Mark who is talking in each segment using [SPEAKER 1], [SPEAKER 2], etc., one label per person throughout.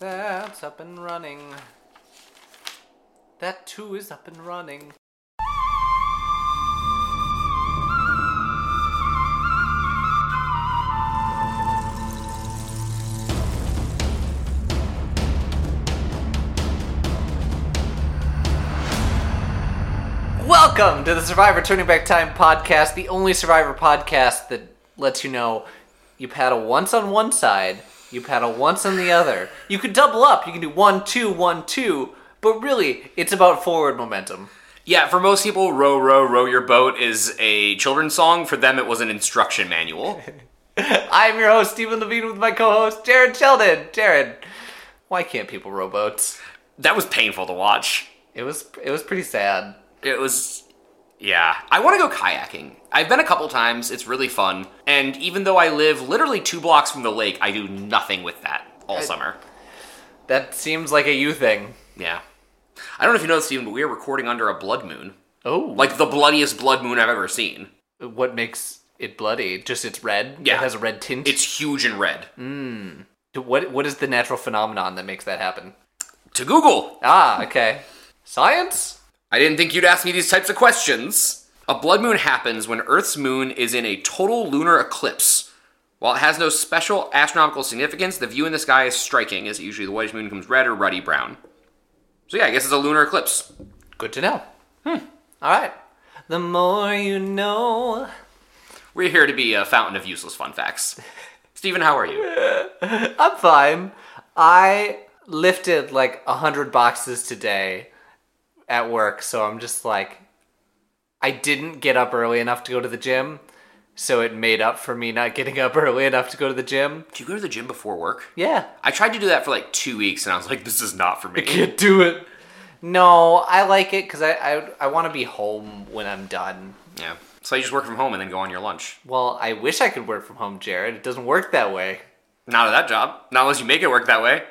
[SPEAKER 1] That's up and running. That too is up and running. Welcome to the Survivor Turning Back Time podcast, the only Survivor podcast that lets you know you paddle once on one side, you paddle once on the other. You could double up, you can do one, two, one, two, but really, it's about forward momentum.
[SPEAKER 2] Yeah, for most people, row, row, row your boat is a children's song. For them, it was an instruction manual.
[SPEAKER 1] I'm your host, Stephen Levine, with my co host, Jared Sheldon. Jared, why can't people row boats?
[SPEAKER 2] that was painful to watch.
[SPEAKER 1] It was, it was pretty sad.
[SPEAKER 2] It was, yeah. I want to go kayaking. I've been a couple times. It's really fun. And even though I live literally two blocks from the lake, I do nothing with that all summer.
[SPEAKER 1] That seems like a you thing.
[SPEAKER 2] Yeah. I don't know if you know this, Steven, but we are recording under a blood moon.
[SPEAKER 1] Oh, like
[SPEAKER 2] Like the bloodiest blood moon I've ever seen.
[SPEAKER 1] what makes it bloody? Just it's red.
[SPEAKER 2] Yeah.
[SPEAKER 1] it has a red tint.
[SPEAKER 2] It's huge and red.
[SPEAKER 1] what what is the natural phenomenon that makes that happen?
[SPEAKER 2] To Google.
[SPEAKER 1] Ah, okay. Science?
[SPEAKER 2] I didn't think you'd ask me these types of questions. A blood moon happens when Earth's moon is in a total lunar eclipse. While it has no special astronomical significance, the view in the sky is striking, as usually the whitish moon becomes red or ruddy brown. So yeah, I guess it's a lunar eclipse.
[SPEAKER 1] Good to know. Hmm. All right. The more you know.
[SPEAKER 2] We're here to be a fountain of useless fun facts. Stephen, how are you?
[SPEAKER 1] I'm fine. I lifted like a hundred boxes today at work, so I'm just like, I didn't get up early enough to go to the gym, so it made up for me not getting up early enough to go to the gym.
[SPEAKER 2] Do you go to the gym before work?
[SPEAKER 1] Yeah,
[SPEAKER 2] I tried to do that for like two weeks, and I was like, this is not for me.
[SPEAKER 1] can't do it. No, I like it because I I, I want to be home when I'm done.
[SPEAKER 2] Yeah. So you just work from home and then go on your lunch.
[SPEAKER 1] Well, I wish I could work from home, Jared. It doesn't work that way.
[SPEAKER 2] Not at that job. Not unless you make it work that way.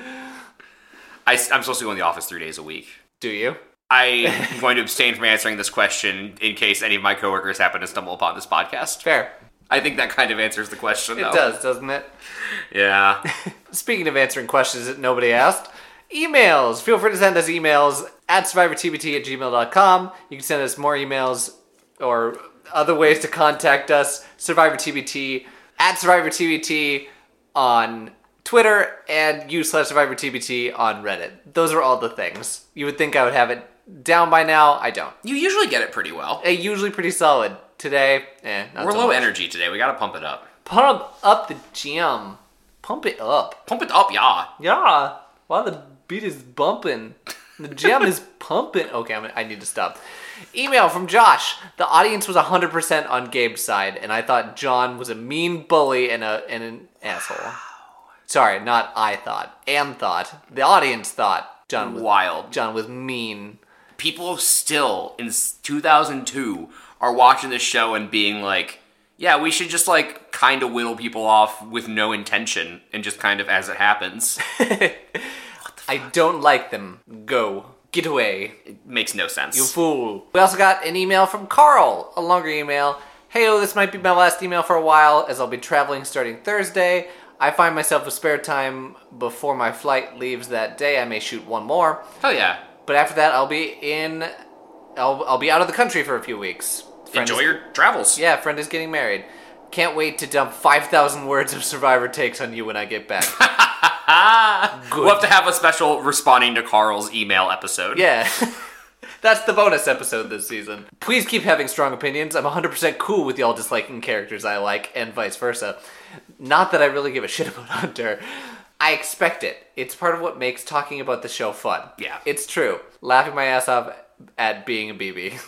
[SPEAKER 2] I, am supposed to go in the office three days a week.
[SPEAKER 1] Do you?
[SPEAKER 2] I am going to abstain from answering this question in case any of my coworkers happen to stumble upon this podcast.
[SPEAKER 1] Fair.
[SPEAKER 2] I think that kind of answers the question,
[SPEAKER 1] It
[SPEAKER 2] though.
[SPEAKER 1] does, doesn't it?
[SPEAKER 2] Yeah.
[SPEAKER 1] Speaking of answering questions that nobody asked, emails. Feel free to send us emails at survivortbt at gmail.com. You can send us more emails or other ways to contact us. SurvivorTBT at SurvivorTBT on Twitter and u slash SurvivorTBT on Reddit. Those are all the things. You would think I would have it down by now. I don't.
[SPEAKER 2] you usually get it pretty well.
[SPEAKER 1] Uh, usually pretty solid. Today, eh, not
[SPEAKER 2] We're
[SPEAKER 1] so
[SPEAKER 2] low
[SPEAKER 1] much.
[SPEAKER 2] energy today. We got to pump it up.
[SPEAKER 1] Pump up the gym. Pump it up.
[SPEAKER 2] Pump it up, yeah.
[SPEAKER 1] Yeah. Wow, the beat is bumping. The jam is pumping. Okay, I'm, I need to stop. Email from Josh. The audience was 100% on Gabe's side, and I thought John was a mean bully and, a, and an asshole. Sorry, not I thought. Am thought. The audience thought John was,
[SPEAKER 2] Wild.
[SPEAKER 1] John was mean.
[SPEAKER 2] People still in s- 2002 are watching this show and being like, yeah, we should just like kind of whittle people off with no intention and just kind of as it happens.
[SPEAKER 1] I don't like them. Go. Get away.
[SPEAKER 2] makes no sense.
[SPEAKER 1] You fool. We also got an email from Carl, a longer email. Hey, oh, this might be my last email for a while as I'll be traveling starting Thursday. I find myself with spare time before my flight leaves that day. I may shoot one more,
[SPEAKER 2] Hell yeah.
[SPEAKER 1] but after that, I'll be in. I'll, I'll be out of the country for a few weeks. Friend
[SPEAKER 2] Enjoy
[SPEAKER 1] is-
[SPEAKER 2] your travels.
[SPEAKER 1] Yeah, friend is getting married. Can't wait to dump 5,000 words of survivor takes on you when I get back.
[SPEAKER 2] We'll have to have a special responding to Carl's email episode.
[SPEAKER 1] Yeah. That's the bonus episode this season. Please keep having strong opinions. I'm 100% cool with y'all disliking characters I like, and vice versa. Not that I really give a shit about Hunter. I expect it. It's part of what makes talking about the show fun.
[SPEAKER 2] Yeah.
[SPEAKER 1] It's true. Laughing my ass off at being a BB.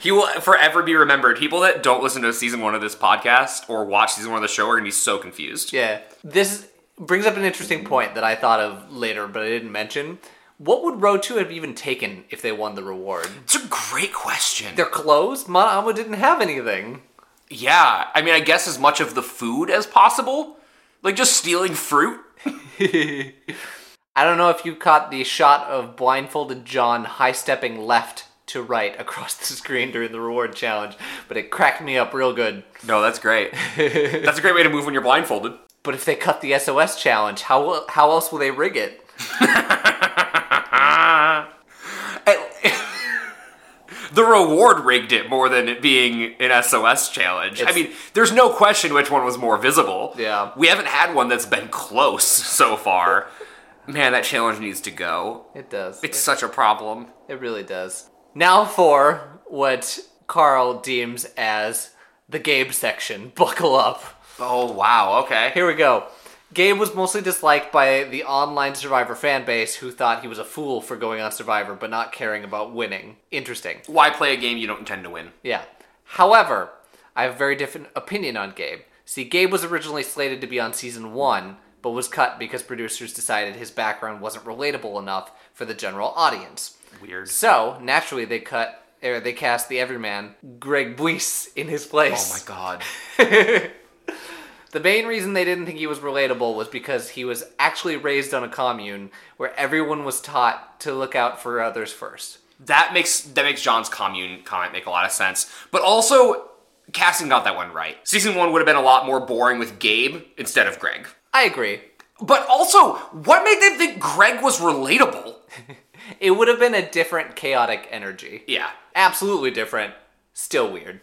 [SPEAKER 2] He will forever be remembered. People that don't listen to season one of this podcast or watch season one of the show are going to be so confused.
[SPEAKER 1] Yeah. This brings up an interesting point that I thought of later, but I didn't mention. What would Row 2 have even taken if they won the reward?
[SPEAKER 2] It's a great question.
[SPEAKER 1] Their clothes? Monoama didn't have anything.
[SPEAKER 2] yeah. I mean, I guess as much of the food as possible. Like just stealing fruit.
[SPEAKER 1] I don't know if you caught the shot of blindfolded John high stepping left to right across the screen during the reward challenge, but it cracked me up real good.
[SPEAKER 2] No, that's great. that's a great way to move when you're blindfolded.
[SPEAKER 1] But if they cut the SOS challenge, how will- how else will they rig it?
[SPEAKER 2] the reward rigged it more than it being an SOS challenge. I
[SPEAKER 1] It's-
[SPEAKER 2] mean, there's no question which one was more visible.
[SPEAKER 1] Yeah.
[SPEAKER 2] We haven't had one that's been close so far. Man, that challenge needs to go.
[SPEAKER 1] It does.
[SPEAKER 2] It's such a problem.
[SPEAKER 1] It really does. Now for what Carl deems as the Gabe section. Buckle up.
[SPEAKER 2] Oh, wow. Okay.
[SPEAKER 1] Here we go. Gabe was mostly disliked by the online Survivor fan base who thought he was a fool for going on Survivor but not caring about winning. Interesting.
[SPEAKER 2] Why play a game you don't intend to win?
[SPEAKER 1] Yeah. However, I have a very different opinion on Gabe. See, Gabe was originally slated to be on season one, but was cut because producers decided his background wasn't relatable enough for the general audience.
[SPEAKER 2] Weird.
[SPEAKER 1] So naturally, they cut or they cast the everyman Greg Buis in his place.
[SPEAKER 2] Oh, my God.
[SPEAKER 1] The main reason they didn't think he was relatable was because he was actually raised on a commune where everyone was taught to look out for others first.
[SPEAKER 2] That makes that makes John's commune comment make a lot of sense. But also, casting got that one right. Season one would have been a lot more boring with Gabe instead of Greg.
[SPEAKER 1] I agree.
[SPEAKER 2] But also, what made them think Greg was relatable?
[SPEAKER 1] It would have been a different chaotic energy.
[SPEAKER 2] Yeah.
[SPEAKER 1] Absolutely different. Still weird.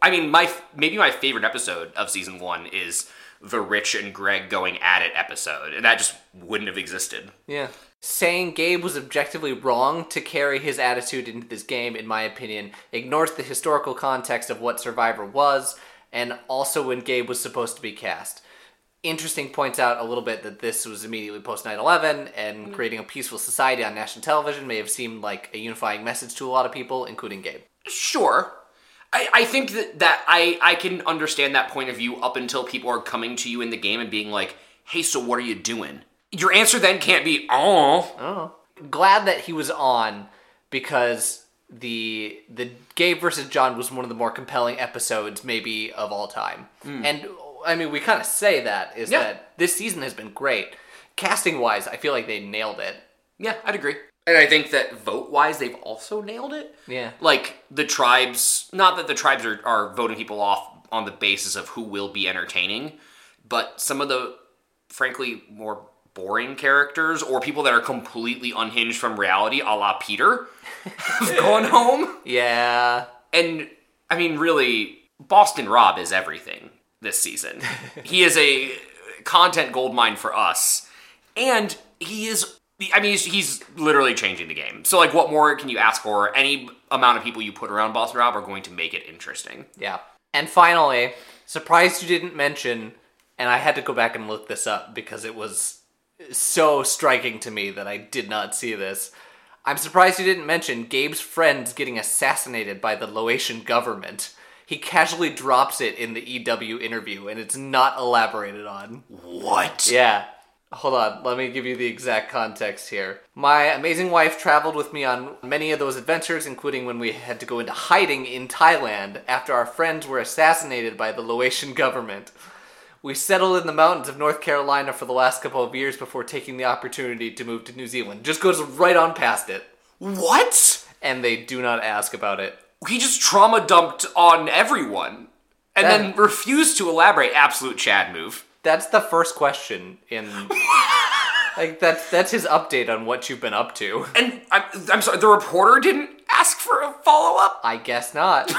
[SPEAKER 2] I mean, my maybe my favorite episode of season one is the Rich and Greg going at it episode, and that just wouldn't have existed.
[SPEAKER 1] Yeah. Saying Gabe was objectively wrong to carry his attitude into this game, in my opinion, ignores the historical context of what Survivor was and also when Gabe was supposed to be cast. Interesting points out a little bit that this was immediately post 9 11, and creating a peaceful society on national television may have seemed like a unifying message to a lot of people, including Gabe.
[SPEAKER 2] Sure. I, I think that, that I, I can understand that point of view up until people are coming to you in the game and being like, hey, so what are you doing? Your answer then can't be, oh.
[SPEAKER 1] glad that he was on because the the Gabe versus John was one of the more compelling episodes maybe of all time. And I mean, we kind of say that is
[SPEAKER 2] Yeah.
[SPEAKER 1] that this season has been great. Casting wise, I feel like they nailed it.
[SPEAKER 2] Yeah, I'd agree. And I think that vote wise, they've also nailed it.
[SPEAKER 1] Yeah.
[SPEAKER 2] Like, the tribes, not that the tribes are, are voting people off on the basis of who will be entertaining, but some of the, frankly, more boring characters or people that are completely unhinged from reality, a la Peter, have gone home.
[SPEAKER 1] Yeah.
[SPEAKER 2] And I mean, really, Boston Rob is everything this season. he is a content goldmine for us, and he is. I mean, he's, he's literally changing the game. So, like, what more can you ask for? Any amount of people you put around Boston Rob are going to make it interesting.
[SPEAKER 1] Yeah. And finally, surprised you didn't mention and I had to go back and look this up because it was so striking to me that I did not see this. I'm surprised you didn't mention Gabe's friends getting assassinated by the Loatian government. He casually drops it in the EW interview and it's not elaborated on.
[SPEAKER 2] What?
[SPEAKER 1] Yeah. Hold on, let me give you the exact context here. My amazing wife traveled with me on many of those adventures, including when we had to go into hiding in Thailand after our friends were assassinated by the Laotian government. We settled in the mountains of North Carolina for the last couple of years before taking the opportunity to move to New Zealand. Just goes right on past it,
[SPEAKER 2] What?
[SPEAKER 1] and they do not ask about it.
[SPEAKER 2] He just trauma dumped on everyone and then refused to elaborate. Absolute Chad move.
[SPEAKER 1] That's the first question in. like, that's, that's his update on what you've been up to.
[SPEAKER 2] And I'm, I'm sorry, the reporter didn't ask for a follow up?
[SPEAKER 1] I guess not.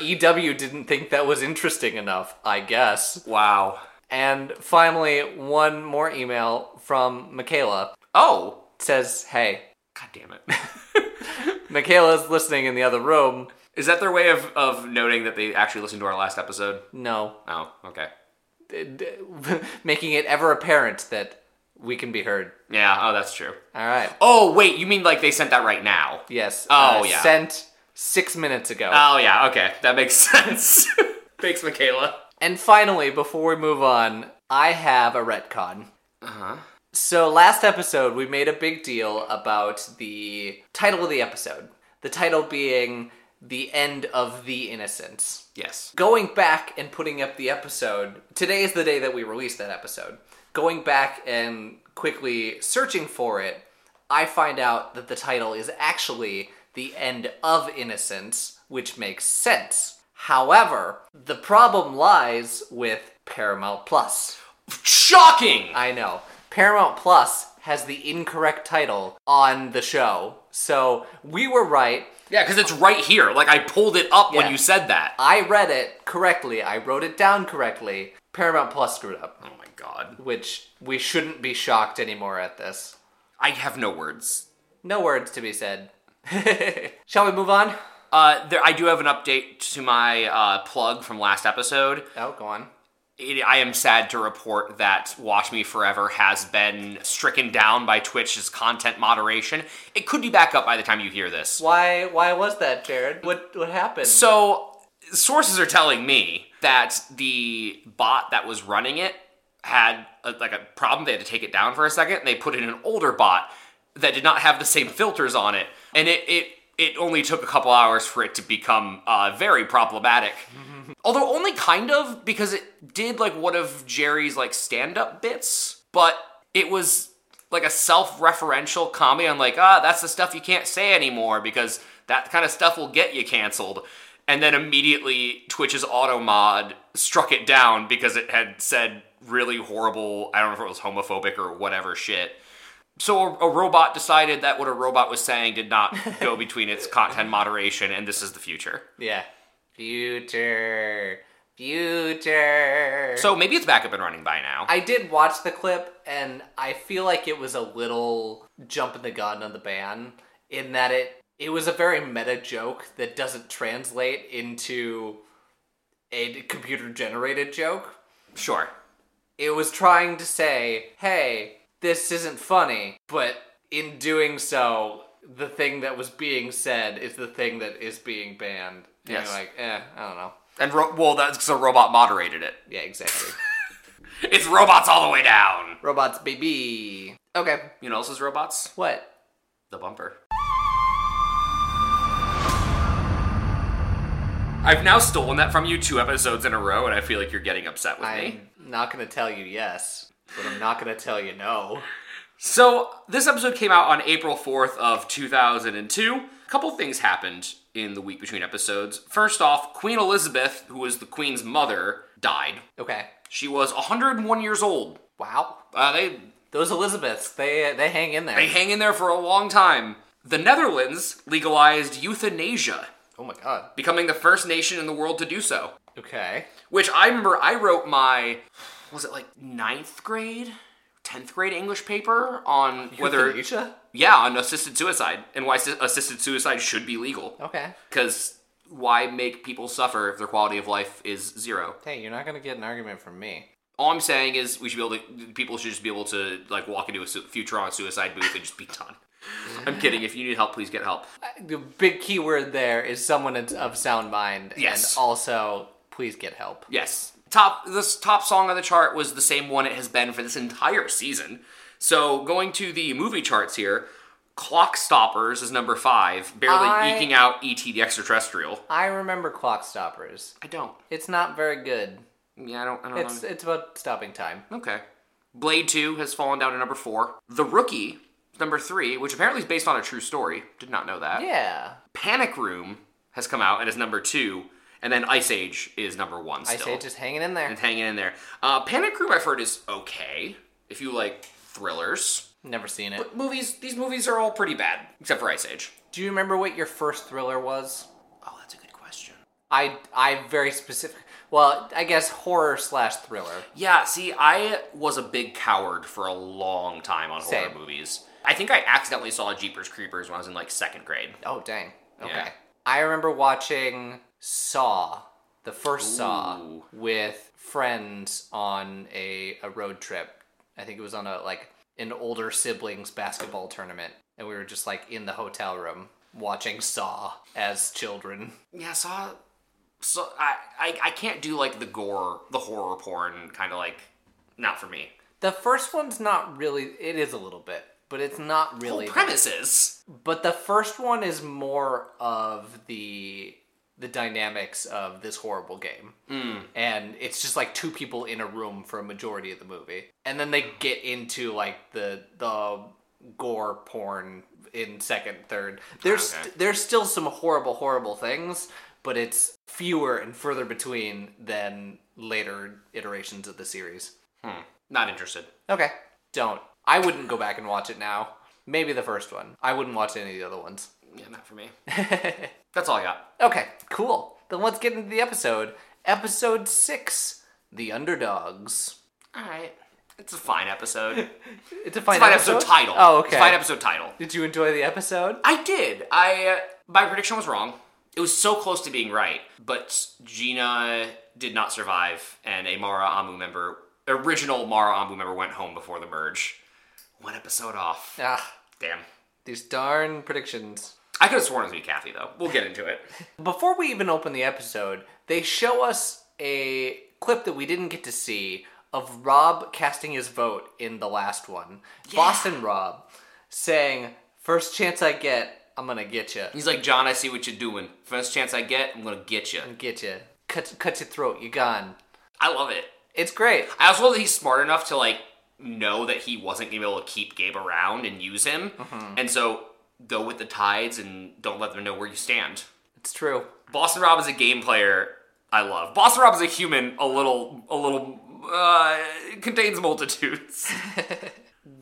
[SPEAKER 1] EW didn't think that was interesting enough, I guess.
[SPEAKER 2] Wow.
[SPEAKER 1] And finally, one more email from Michaela
[SPEAKER 2] Oh.
[SPEAKER 1] It says, "Hey,
[SPEAKER 2] God damn it.
[SPEAKER 1] Michaela's listening in the other room.
[SPEAKER 2] Is that their way of, of noting that they actually listened to our last episode?
[SPEAKER 1] No,
[SPEAKER 2] Oh, okay.
[SPEAKER 1] D- d- making it ever apparent that we can be heard."
[SPEAKER 2] Yeah, oh, that's true.
[SPEAKER 1] All right.
[SPEAKER 2] Oh, wait, you mean like they sent that right now?
[SPEAKER 1] Yes. uh,
[SPEAKER 2] Oh, yeah.
[SPEAKER 1] Sent six minutes ago.
[SPEAKER 2] Oh, yeah, okay. That makes sense. Thanks, Michaela.
[SPEAKER 1] And finally, before we move on, I have a retcon. Uh huh. So last episode, we made a big deal about the title of the episode. The title being The End of the Innocents.
[SPEAKER 2] Yes.
[SPEAKER 1] Going back and putting up the episode, today is the day that we released that episode. Going back and quickly searching for it, I find out that the title is actually The End of Innocence, which makes sense. However, the problem lies with Paramount Plus.
[SPEAKER 2] Shocking!
[SPEAKER 1] I know. Paramount Plus has the incorrect title on the show. So we were right.
[SPEAKER 2] Yeah, because it's right here. Like I pulled it up
[SPEAKER 1] Yeah.
[SPEAKER 2] when you said that.
[SPEAKER 1] I read it correctly. I wrote it down correctly. Paramount Plus screwed up,
[SPEAKER 2] Oh my god.
[SPEAKER 1] which we shouldn't be shocked anymore at this.
[SPEAKER 2] I have no words.
[SPEAKER 1] No words to be said. Shall we move on?
[SPEAKER 2] Uh, there, I do have an update to my uh, plug from last episode.
[SPEAKER 1] Oh, go on.
[SPEAKER 2] It, I am sad to report that Watch Me Forever has been stricken down by Twitch's content moderation. It could be back up by the time you hear this.
[SPEAKER 1] Why? Why was that, Jared? What? What happened?
[SPEAKER 2] So, sources are telling me that the bot that was running it had a, like a problem. They had to take it down for a second, and they put in an older bot that did not have the same filters on it, and it it it only took a couple hours for it to become uh, very problematic. Although only kind of because it did like one of Jerry's like stand-up bits, but it was like a self-referential comedy on like, ah, that's the stuff you can't say anymore because that kind of stuff will get you canceled. And then immediately Twitch's auto mod struck it down because it had said really horrible, I don't know if it was homophobic or whatever shit. So a, a robot decided that what a robot was saying did not go between its content moderation and this is the future.
[SPEAKER 1] yeah. Future. Future.
[SPEAKER 2] So maybe it's back up and running by now.
[SPEAKER 1] I did watch the clip, and I feel like it was a little jumping the gun on the ban in that it it was a very meta joke that doesn't translate into a computer generated joke.
[SPEAKER 2] Sure.
[SPEAKER 1] It was trying to say, "Hey, this isn't funny," but in doing so, the thing that was being said is the thing that is being banned. And
[SPEAKER 2] Yes.
[SPEAKER 1] you're like, eh, I don't know.
[SPEAKER 2] And ro- well, that's because a robot moderated it.
[SPEAKER 1] Yeah, exactly.
[SPEAKER 2] It's robots all the way down.
[SPEAKER 1] Robots, baby. Okay,
[SPEAKER 2] You know, what else is robots.
[SPEAKER 1] what?
[SPEAKER 2] The bumper. I've now stolen that from you two episodes in a row, and I feel like you're getting upset with me.
[SPEAKER 1] I'm not gonna tell you yes, but I'm not gonna tell you no.
[SPEAKER 2] So this episode came out on April 4th of 2002. A couple things happened in the week between episodes. First off, Queen Elizabeth, who was the Queen's mother, died.
[SPEAKER 1] Okay.
[SPEAKER 2] She was 101 years old.
[SPEAKER 1] Wow.
[SPEAKER 2] Uh, they
[SPEAKER 1] Those Elizabeths, they they hang in there.
[SPEAKER 2] They hang in there for a long time. The Netherlands legalized euthanasia,
[SPEAKER 1] oh my god.
[SPEAKER 2] becoming the first nation in the world to do so.
[SPEAKER 1] Okay.
[SPEAKER 2] Which I remember I wrote my, was it like ninth grade? 10th grade English paper on whether,
[SPEAKER 1] Euthanasia?
[SPEAKER 2] yeah, on assisted suicide and why assi- assisted suicide should be legal.
[SPEAKER 1] Okay.
[SPEAKER 2] Because why make people suffer if their quality of life is zero?
[SPEAKER 1] Hey, you're not gonna get an argument from me.
[SPEAKER 2] All I'm saying is we should be able to. People should just be able to like walk into a su- Futurama suicide booth and just be done. I'm kidding. If you need help, please get help.
[SPEAKER 1] The big key word there is someone that's of sound mind.
[SPEAKER 2] Yes.
[SPEAKER 1] And also, please get help.
[SPEAKER 2] Yes. Top this top song on the chart was the same one it has been for this entire season. So going to the movie charts here, Clock Stoppers is number five, barely
[SPEAKER 1] I-
[SPEAKER 2] eking out ET the Extraterrestrial.
[SPEAKER 1] I remember clock stoppers.
[SPEAKER 2] I don't.
[SPEAKER 1] It's not very good.
[SPEAKER 2] Yeah, I don't. I don't
[SPEAKER 1] It's it's about stopping time.
[SPEAKER 2] know. Okay. Blade Two has fallen down to number four. The Rookie, number three, which apparently is based on a true story. Did not know that.
[SPEAKER 1] Yeah.
[SPEAKER 2] Panic Room has come out and is number two, and then Ice Age is number one. Still. Mm.
[SPEAKER 1] I say just hanging in there.
[SPEAKER 2] and hanging in there. Uh, Panic Room, I've heard, is okay if you like thrillers.
[SPEAKER 1] Never seen it.
[SPEAKER 2] Movies, these movies are all pretty bad, except for Ice Age.
[SPEAKER 1] Do you remember what your first thriller was?
[SPEAKER 2] Oh, that's a good question.
[SPEAKER 1] I I very specific. Well, I guess horror slash thriller.
[SPEAKER 2] Yeah, see, I was a big coward for a long time on
[SPEAKER 1] Same.
[SPEAKER 2] horror movies. I think I accidentally saw Jeepers Creepers when I was in like second grade.
[SPEAKER 1] Oh dang. Okay.
[SPEAKER 2] Yeah.
[SPEAKER 1] I remember watching Saw, the first Saw,
[SPEAKER 2] Ooh.
[SPEAKER 1] with friends on a, a road trip. I think it was on a like an older siblings basketball tournament, and we were just like in the hotel room watching Saw as children.
[SPEAKER 2] Yeah, saw. So I, I I can't do like the gore, the horror porn kind of like, not for me.
[SPEAKER 1] The first one's not really. It is a little bit, but it's not
[SPEAKER 2] Oh,
[SPEAKER 1] really. that.
[SPEAKER 2] Premises.
[SPEAKER 1] But the first one is more of the the dynamics of this horrible game. Mm. And it's just like two people in a room for a majority of the movie. And then they get into like the the gore porn in second, third. There's
[SPEAKER 2] Okay.
[SPEAKER 1] there's still some horrible horrible things, but it's fewer and further between than later iterations of the series.
[SPEAKER 2] Not interested.
[SPEAKER 1] Okay. Don't. I wouldn't go back and watch it now. Maybe the first one. I wouldn't watch any of the other ones.
[SPEAKER 2] Yeah, not for me. That's all I got.
[SPEAKER 1] Okay, cool. Then let's get into the episode. Episode 6 The Underdogs.
[SPEAKER 2] All right. It's a fine episode. It's
[SPEAKER 1] It's a fine,
[SPEAKER 2] a fine episode, title.
[SPEAKER 1] Oh,
[SPEAKER 2] It's
[SPEAKER 1] okay.
[SPEAKER 2] a fine episode title.
[SPEAKER 1] Did you enjoy the episode?
[SPEAKER 2] I did. I uh, my prediction was wrong. It was so close to being right, but Gina did not survive, and a Mara Amu member, original Mara Amu member, went home before the merge. One episode off.
[SPEAKER 1] Ah,
[SPEAKER 2] Damn.
[SPEAKER 1] these darn predictions.
[SPEAKER 2] I could have sworn it was gonna be Kathy though. We'll get into it.
[SPEAKER 1] Before we even open the episode, they show us a clip that we didn't get to see of Rob casting his vote in the last one. Boston Rob saying, First chance I get, I'm gonna get you.
[SPEAKER 2] He's like, John, I see what you're doing. First chance I get, I'm gonna get you.
[SPEAKER 1] Get you. Cut, cut your throat, you gone.
[SPEAKER 2] I love it.
[SPEAKER 1] It's great.
[SPEAKER 2] I also love that he's smart enough to like know that he wasn't gonna be able to keep Gabe around and use him, and so go with the tides and don't let them know where you stand.
[SPEAKER 1] It's true.
[SPEAKER 2] Boston Rob is a game player I love. Boston Rob is a human a little a little uh, contains multitudes.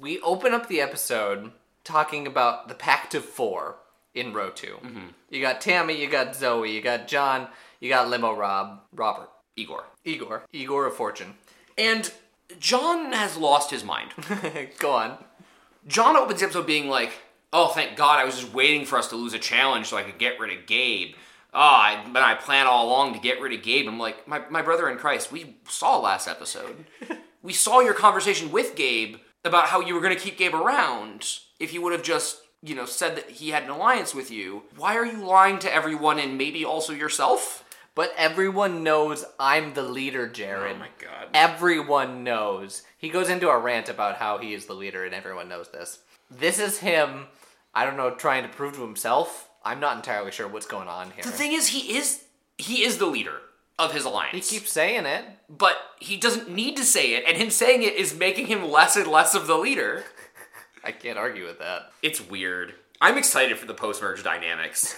[SPEAKER 1] We open up the episode talking about the Pact of Four in row 2
[SPEAKER 2] Mm-hmm.
[SPEAKER 1] You got Tammy, you got Zoe, you got John, you got Limo Rob, Robert,
[SPEAKER 2] Igor.
[SPEAKER 1] Igor, Igor of Fortune.
[SPEAKER 2] And John has lost his mind.
[SPEAKER 1] Go on.
[SPEAKER 2] John opens the episode being like, "Oh, thank God! I was just waiting for us to lose a challenge so I could get rid of Gabe." Ah, oh, but I planned all along to get rid of Gabe. I'm like, my, my brother in Christ, we saw last episode. we saw your conversation with Gabe about how you were going to keep Gabe around if you would have just, you know, said that he had an alliance with you. Why are you lying to everyone and maybe also yourself?
[SPEAKER 1] But everyone knows I'm the leader, Jared.
[SPEAKER 2] Oh God.
[SPEAKER 1] Everyone knows. He goes into a rant about how he is the leader and everyone knows this. This is him, I don't know, trying to prove to himself. I'm not entirely sure what's going on here.
[SPEAKER 2] The thing is, he is he is the leader of his alliance.
[SPEAKER 1] He keeps saying it.
[SPEAKER 2] but he doesn't need to say it, and him saying it is making him less and less of the leader.
[SPEAKER 1] I can't argue with that.
[SPEAKER 2] It's weird. I'm excited for the post merge dynamics.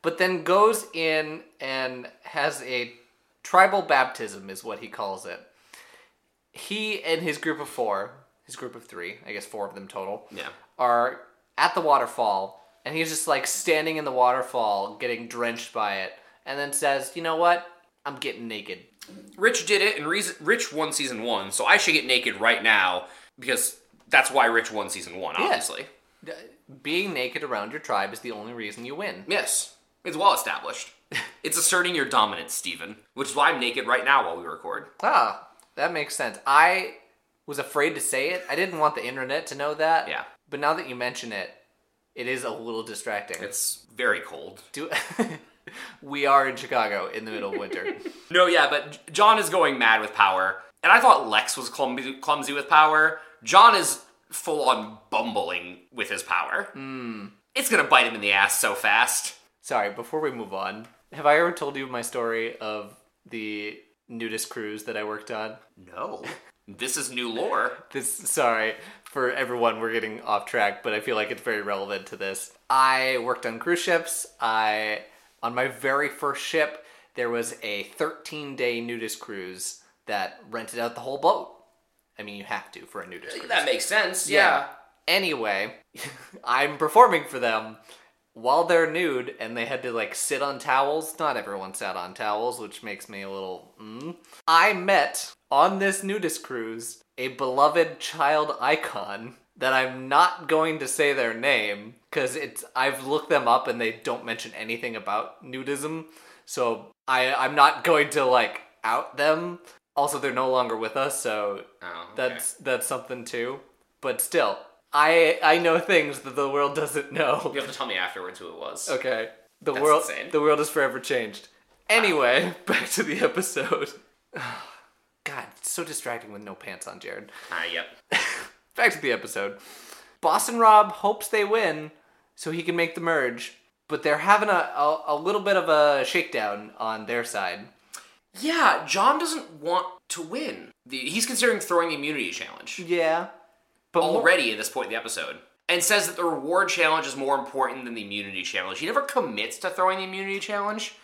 [SPEAKER 1] But then goes in and has a tribal baptism, is what he calls it. He and his group of four, his group of three, I guess four of them total,
[SPEAKER 2] Yeah.
[SPEAKER 1] are at the waterfall, and he's just like standing in the waterfall, getting drenched by it, and then says, You know what? I'm getting naked.
[SPEAKER 2] Rich did it, and reason- Rich won season one, so I should get naked right now because that's why Rich won season one, obviously.
[SPEAKER 1] D- Being naked around your tribe is the only reason you win.
[SPEAKER 2] Yes. It's well established. it's asserting your dominance, Steven, which is why I'm naked right now while we record.
[SPEAKER 1] Ah, that makes sense. I was afraid to say it. I didn't want the internet to know that.
[SPEAKER 2] Yeah.
[SPEAKER 1] But now that you mention it, it is a little distracting.
[SPEAKER 2] It's very cold.
[SPEAKER 1] Do- we are in Chicago in the middle of winter.
[SPEAKER 2] No, yeah, but J- John is going mad with power. And I thought Lex was clumsy, clumsy with power. John is full on bumbling with his power. It's gonna bite him in the ass so fast.
[SPEAKER 1] Sorry, before we move on, have I ever told you my story of the nudist cruise that I worked on?
[SPEAKER 2] No. this is new lore.
[SPEAKER 1] This sorry for everyone, we're getting off track, but I feel like it's very relevant to this. I worked on cruise ships. I on my very first ship, there was a 13-day nudist cruise that rented out the whole boat. I mean, you have to for a nudist cruise.
[SPEAKER 2] That makes sense,
[SPEAKER 1] Anyway, I'm performing for them while they're nude and they had to like sit on towels. Not everyone sat on towels, which makes me a little. Mm. I met on this nudist cruise a beloved child icon that I'm not going to say their name because it's I've looked them up and they don't mention anything about nudism, so I I'm not going to like out them. Also, they're no longer with us, so
[SPEAKER 2] Oh, okay.
[SPEAKER 1] that's that's something too. But still, I I know things that the world doesn't know.
[SPEAKER 2] You have to tell me afterwards who it was.
[SPEAKER 1] Okay. The world
[SPEAKER 2] insane.
[SPEAKER 1] the world is forever changed. Anyway, back to the episode. God, it's so distracting with no pants on, Jared.
[SPEAKER 2] Ah, yep.
[SPEAKER 1] Back to the episode. Boston Rob hopes they win so he can make the merge, but they're having a, a, a little bit of a shakedown on their side.
[SPEAKER 2] Yeah, John doesn't want to win. The, he's considering throwing the immunity challenge
[SPEAKER 1] Yeah. But more-
[SPEAKER 2] already at this point in the episode. And says that the reward challenge is more important than the immunity challenge. He never commits to throwing the immunity challenge,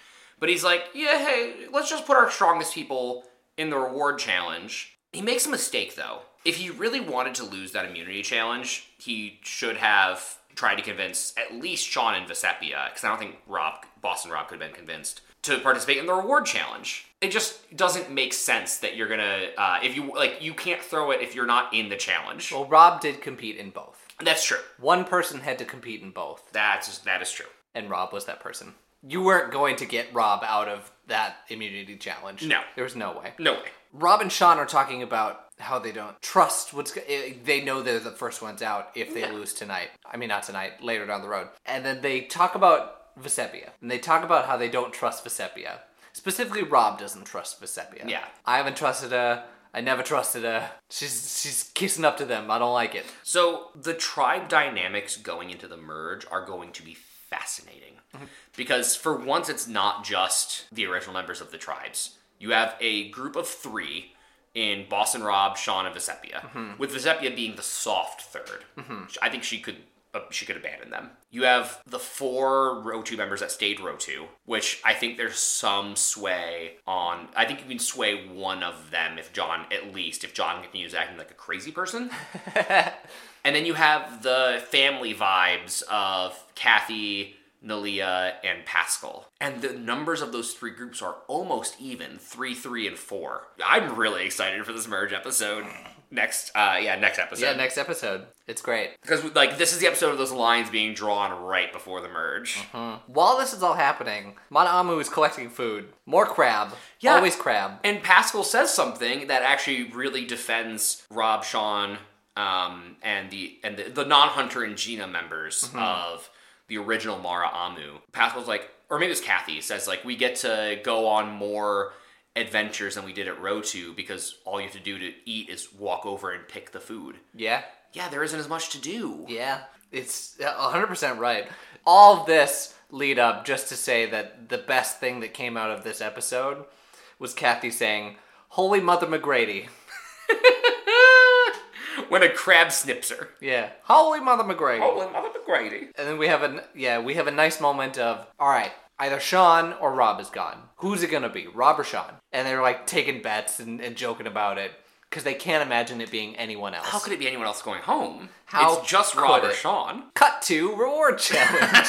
[SPEAKER 2] but he's like, yeah, hey, let's just put our strongest people in the reward challenge. He makes a mistake though. If he really wanted to lose that immunity challenge, he should have tried to convince at least Sean and Vesepia, because I don't think Rob Boston Rob could have been convinced to participate in the reward challenge. It just doesn't make sense that you're gonna uh, if you like you can't throw it if you're not in the challenge.
[SPEAKER 1] Well, Rob did compete in both.
[SPEAKER 2] That's true.
[SPEAKER 1] One person had to compete in both,
[SPEAKER 2] That's that is true.
[SPEAKER 1] and Rob was that person. You weren't going to get Rob out of that immunity challenge.
[SPEAKER 2] No.
[SPEAKER 1] There was no way.
[SPEAKER 2] No way.
[SPEAKER 1] Rob and Sean are talking about how they don't trust what's. go- eh, They know they're the first ones out if they lose tonight. I mean, not tonight, later down the road. And then they talk about Vesepia. And they talk about how they don't trust Vesepia. Specifically, Rob doesn't trust Vesepia.
[SPEAKER 2] Yeah.
[SPEAKER 1] I haven't trusted her. I never trusted her. She's she's kissing up to them. I don't like it.
[SPEAKER 2] So the tribe dynamics going into the merge are going to be fascinating because for once it's not just the original members of the tribes. You have a group of three in Boston Rob, Sean, and Vesepia, with Vesepia being the soft 3rd I think she could. Uh, she could abandon them. You have the four row two members that stayed row two, which I think there's some sway on. I think you can sway one of them if John, at least, if John continues acting like a crazy person. And then you have the family vibes of Kathy, Nalia, and Pascal. And the numbers of those three groups are almost even three, three, and four. I'm really excited for this merge episode. Next, uh, yeah, next episode.
[SPEAKER 1] Yeah, next episode. It's great.
[SPEAKER 2] Because, like, this is the episode of those lines being drawn right before the merge.
[SPEAKER 1] While this is all happening, Manamu is collecting food. More crab.
[SPEAKER 2] Yeah.
[SPEAKER 1] Always crab.
[SPEAKER 2] And Pascal says something that actually really defends Rob, Sean, um, and the and the, the non-hunter and Gina members
[SPEAKER 1] Mm-hmm.
[SPEAKER 2] of the original Mara Amu. Pascal's like, or maybe it's Kathy says like, we get to go on more adventures than we did at row two because all you have to do to eat is walk over and pick the food.
[SPEAKER 1] Yeah.
[SPEAKER 2] Yeah, there isn't as much to do.
[SPEAKER 1] Yeah. It's 100% right. All of this lead up just to say that the best thing that came out of this episode was Kathy saying, Holy Mother McGrady.
[SPEAKER 2] when a crab snips her.
[SPEAKER 1] Yeah. Holy Mother McGrady.
[SPEAKER 2] Oh, Mother McGrady.
[SPEAKER 1] And then we have a yeah, we have a nice moment of all right, either Sean or Rob is gone. Who's it gonna be, Rob or Sean? And they're like taking bets and, and joking about it because they can't imagine it being anyone else.
[SPEAKER 2] How could it be anyone else going home?
[SPEAKER 1] How
[SPEAKER 2] it's just
[SPEAKER 1] could
[SPEAKER 2] Rob or
[SPEAKER 1] it?
[SPEAKER 2] Sean.
[SPEAKER 1] Cut to reward challenge.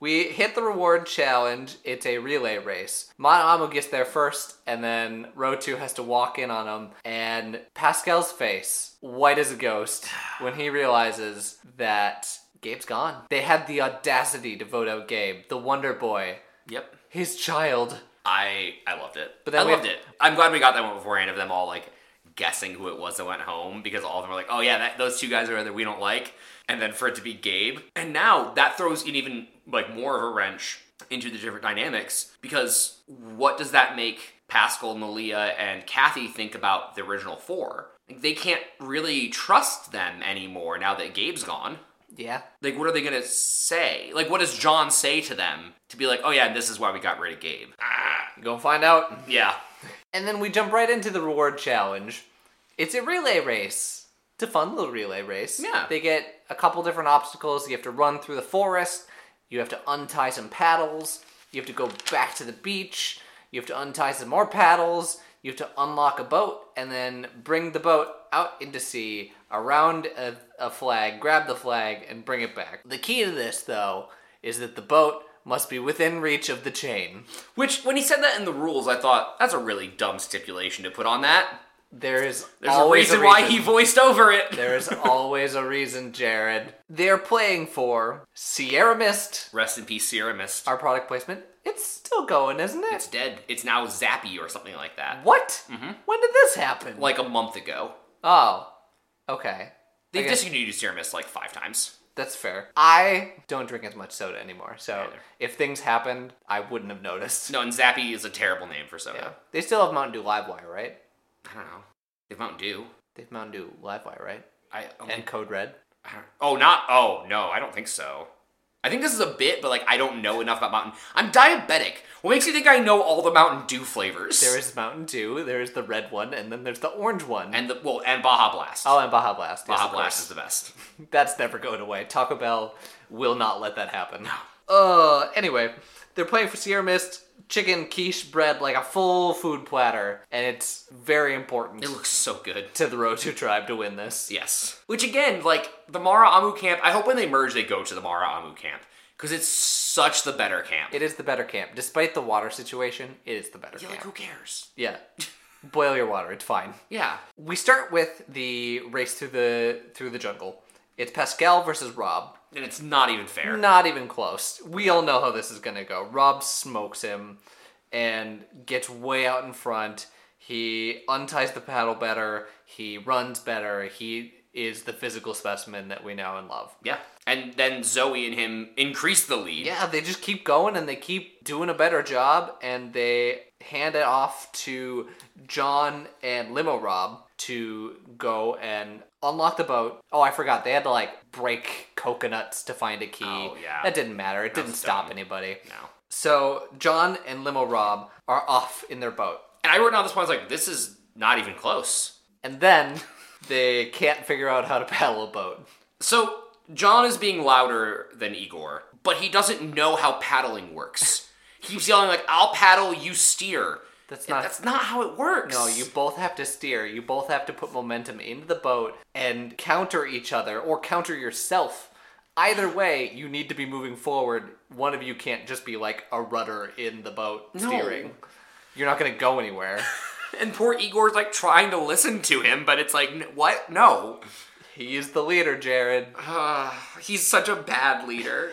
[SPEAKER 1] we hit the reward challenge. It's a relay race. Monamo gets there first, and then row two has to walk in on him. And Pascal's face, white as a ghost, when he realizes that Gabe's gone. They had the audacity to vote out Gabe, the Wonder Boy,
[SPEAKER 2] Yep.
[SPEAKER 1] his child.
[SPEAKER 2] I I loved it.
[SPEAKER 1] But
[SPEAKER 2] But
[SPEAKER 1] then
[SPEAKER 2] I
[SPEAKER 1] we-
[SPEAKER 2] loved it. I'm glad we got that one beforehand of them all like guessing who it was that went home because all of them were like, oh yeah, that, those two guys are that we don't like, and then for it to be Gabe, and now that throws in even like more of a wrench into the different dynamics because what does that make Pascal, Malia, and Kathy think about the original four? Like, They can't really trust them anymore now that Gabe's gone.
[SPEAKER 1] Yeah.
[SPEAKER 2] Like, what are they gonna say? Like, what does John say to them to be like, oh yeah, this is why we got rid of Gabe? Ah,
[SPEAKER 1] You gonna find out?
[SPEAKER 2] yeah.
[SPEAKER 1] And then we jump right into the reward challenge. It's a relay race. It's a fun little relay race.
[SPEAKER 2] Yeah.
[SPEAKER 1] They get a couple different obstacles. You have to run through the forest. You have to untie some paddles. You have to go back to the beach. You have to untie some more paddles. You have to unlock a boat and then bring the boat out into sea, around a, a flag, grab the flag, and bring it back. The key to this, though, is that the boat must be within reach of the chain.
[SPEAKER 2] Which, when he said that in the rules, I thought that's a really dumb stipulation to put on that.
[SPEAKER 1] There is
[SPEAKER 2] There's
[SPEAKER 1] always
[SPEAKER 2] a reason why he voiced over it.
[SPEAKER 1] There is always a reason, Jared. They're playing for Sierra Mist,
[SPEAKER 2] Rest in peace, Sierra Mist.
[SPEAKER 1] our product placement. It's still going, isn't it?
[SPEAKER 2] It's dead. It's now Zappy or something like that.
[SPEAKER 1] what?
[SPEAKER 2] Mm-hmm.
[SPEAKER 1] When did this happen?
[SPEAKER 2] Like a month ago,
[SPEAKER 1] oh, okay.
[SPEAKER 2] they
[SPEAKER 1] Okay.
[SPEAKER 2] discontinued Sierra Mist like five times.
[SPEAKER 1] That's fair. I don't drink as much soda anymore, so
[SPEAKER 2] Neither.
[SPEAKER 1] if things happened, I wouldn't have noticed.
[SPEAKER 2] No, and Zappy is a terrible name for soda.
[SPEAKER 1] They still have Mountain Dew Livewire, right?
[SPEAKER 2] I don't know. They Mountain Dew.
[SPEAKER 1] They have Mountain Dew Livewire, right?
[SPEAKER 2] I,
[SPEAKER 1] And Code Red.
[SPEAKER 2] I don't, oh, not. Oh no, I don't think so. I think this is a bit, but like I don't know enough about Mountain. I'm diabetic. What makes you think I know all the Mountain Dew flavors?
[SPEAKER 1] There is Mountain Dew, there is the red one, and then there's the orange one.
[SPEAKER 2] and the well, and Baja Blast.
[SPEAKER 1] oh, and Baja Blast. yes,
[SPEAKER 2] Baja
[SPEAKER 1] of
[SPEAKER 2] Blast
[SPEAKER 1] course.
[SPEAKER 2] is the best.
[SPEAKER 1] That's never going away. Taco Bell will not let that happen. Uh, anyway, they're playing for Sierra Mist. chicken quiche bread, like a full food platter, and it's very important
[SPEAKER 2] It looks so good.
[SPEAKER 1] to the Rotu tribe to win this.
[SPEAKER 2] Yes. Which again, like the Mara Amu camp, I hope when they merge they go to the Mara Amu camp because it's such the better camp.
[SPEAKER 1] It is the better camp. Despite the water situation, it is the better
[SPEAKER 2] yeah, like
[SPEAKER 1] camp.
[SPEAKER 2] who cares?
[SPEAKER 1] yeah. Boil your water, it's fine.
[SPEAKER 2] Yeah.
[SPEAKER 1] We start with the race through the through the jungle. It's Pascal versus Rob.
[SPEAKER 2] And it's not even fair.
[SPEAKER 1] Not even close. We all know how this is gonna go. Rob smokes him and gets way out in front. He unties the paddle better. He runs better. He is the physical specimen that we know and love.
[SPEAKER 2] Yeah. And then Zoe and him increase the lead.
[SPEAKER 1] Yeah, they just keep going and they keep doing a better job and they hand it off to John and Limo Rob to go and unlock the boat. Oh, I forgot. They had to like break coconuts to find a key.
[SPEAKER 2] Oh, yeah.
[SPEAKER 1] That didn't matter. It didn't
[SPEAKER 2] was
[SPEAKER 1] stop
[SPEAKER 2] dumb.
[SPEAKER 1] anybody.
[SPEAKER 2] No.
[SPEAKER 1] So, John and Limo Rob are off in their boat.
[SPEAKER 2] And I wrote down this point. I was like, this is not even close.
[SPEAKER 1] And then they can't figure out how to paddle a boat.
[SPEAKER 2] So John is being louder than Igor, but he doesn't know how paddling works. he keeps yelling like, "I'll paddle, you steer."
[SPEAKER 1] That's
[SPEAKER 2] And
[SPEAKER 1] not
[SPEAKER 2] That's not how it works.
[SPEAKER 1] No, you both have to steer. You both have to put momentum into the boat and counter each other or counter yourself. Either way, you need to be moving forward. One of you can't just be like a rudder in the boat steering. You're not going to go anywhere.
[SPEAKER 2] And poor Igor's like trying to listen to him, but it's like, "N- what? No.
[SPEAKER 1] he is the leader, Jared.
[SPEAKER 2] He's such a bad leader.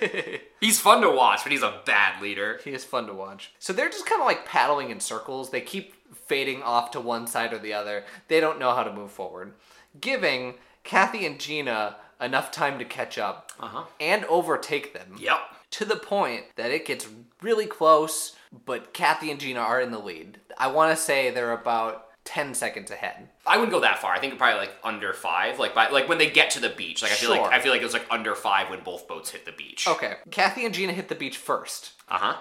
[SPEAKER 2] he's fun to watch, but he's a bad leader.
[SPEAKER 1] He is fun to watch. So they're just kind of like paddling in circles. They keep fading off to one side or the other. They don't know how to move forward, giving Kathy and Gina enough time to catch up
[SPEAKER 2] Uh-huh.
[SPEAKER 1] and overtake them.
[SPEAKER 2] Yep.
[SPEAKER 1] to the point that it gets really close, but Kathy and Gina are in the lead. I want to say they're about 10 seconds ahead.
[SPEAKER 2] I wouldn't go that far. I think probably like under five. Like by like when they get to the beach. Like I feel
[SPEAKER 1] Sure.
[SPEAKER 2] like I feel like it was like under five when both boats hit the beach.
[SPEAKER 1] Okay, Kathy and Gina hit the beach first,
[SPEAKER 2] Uh huh.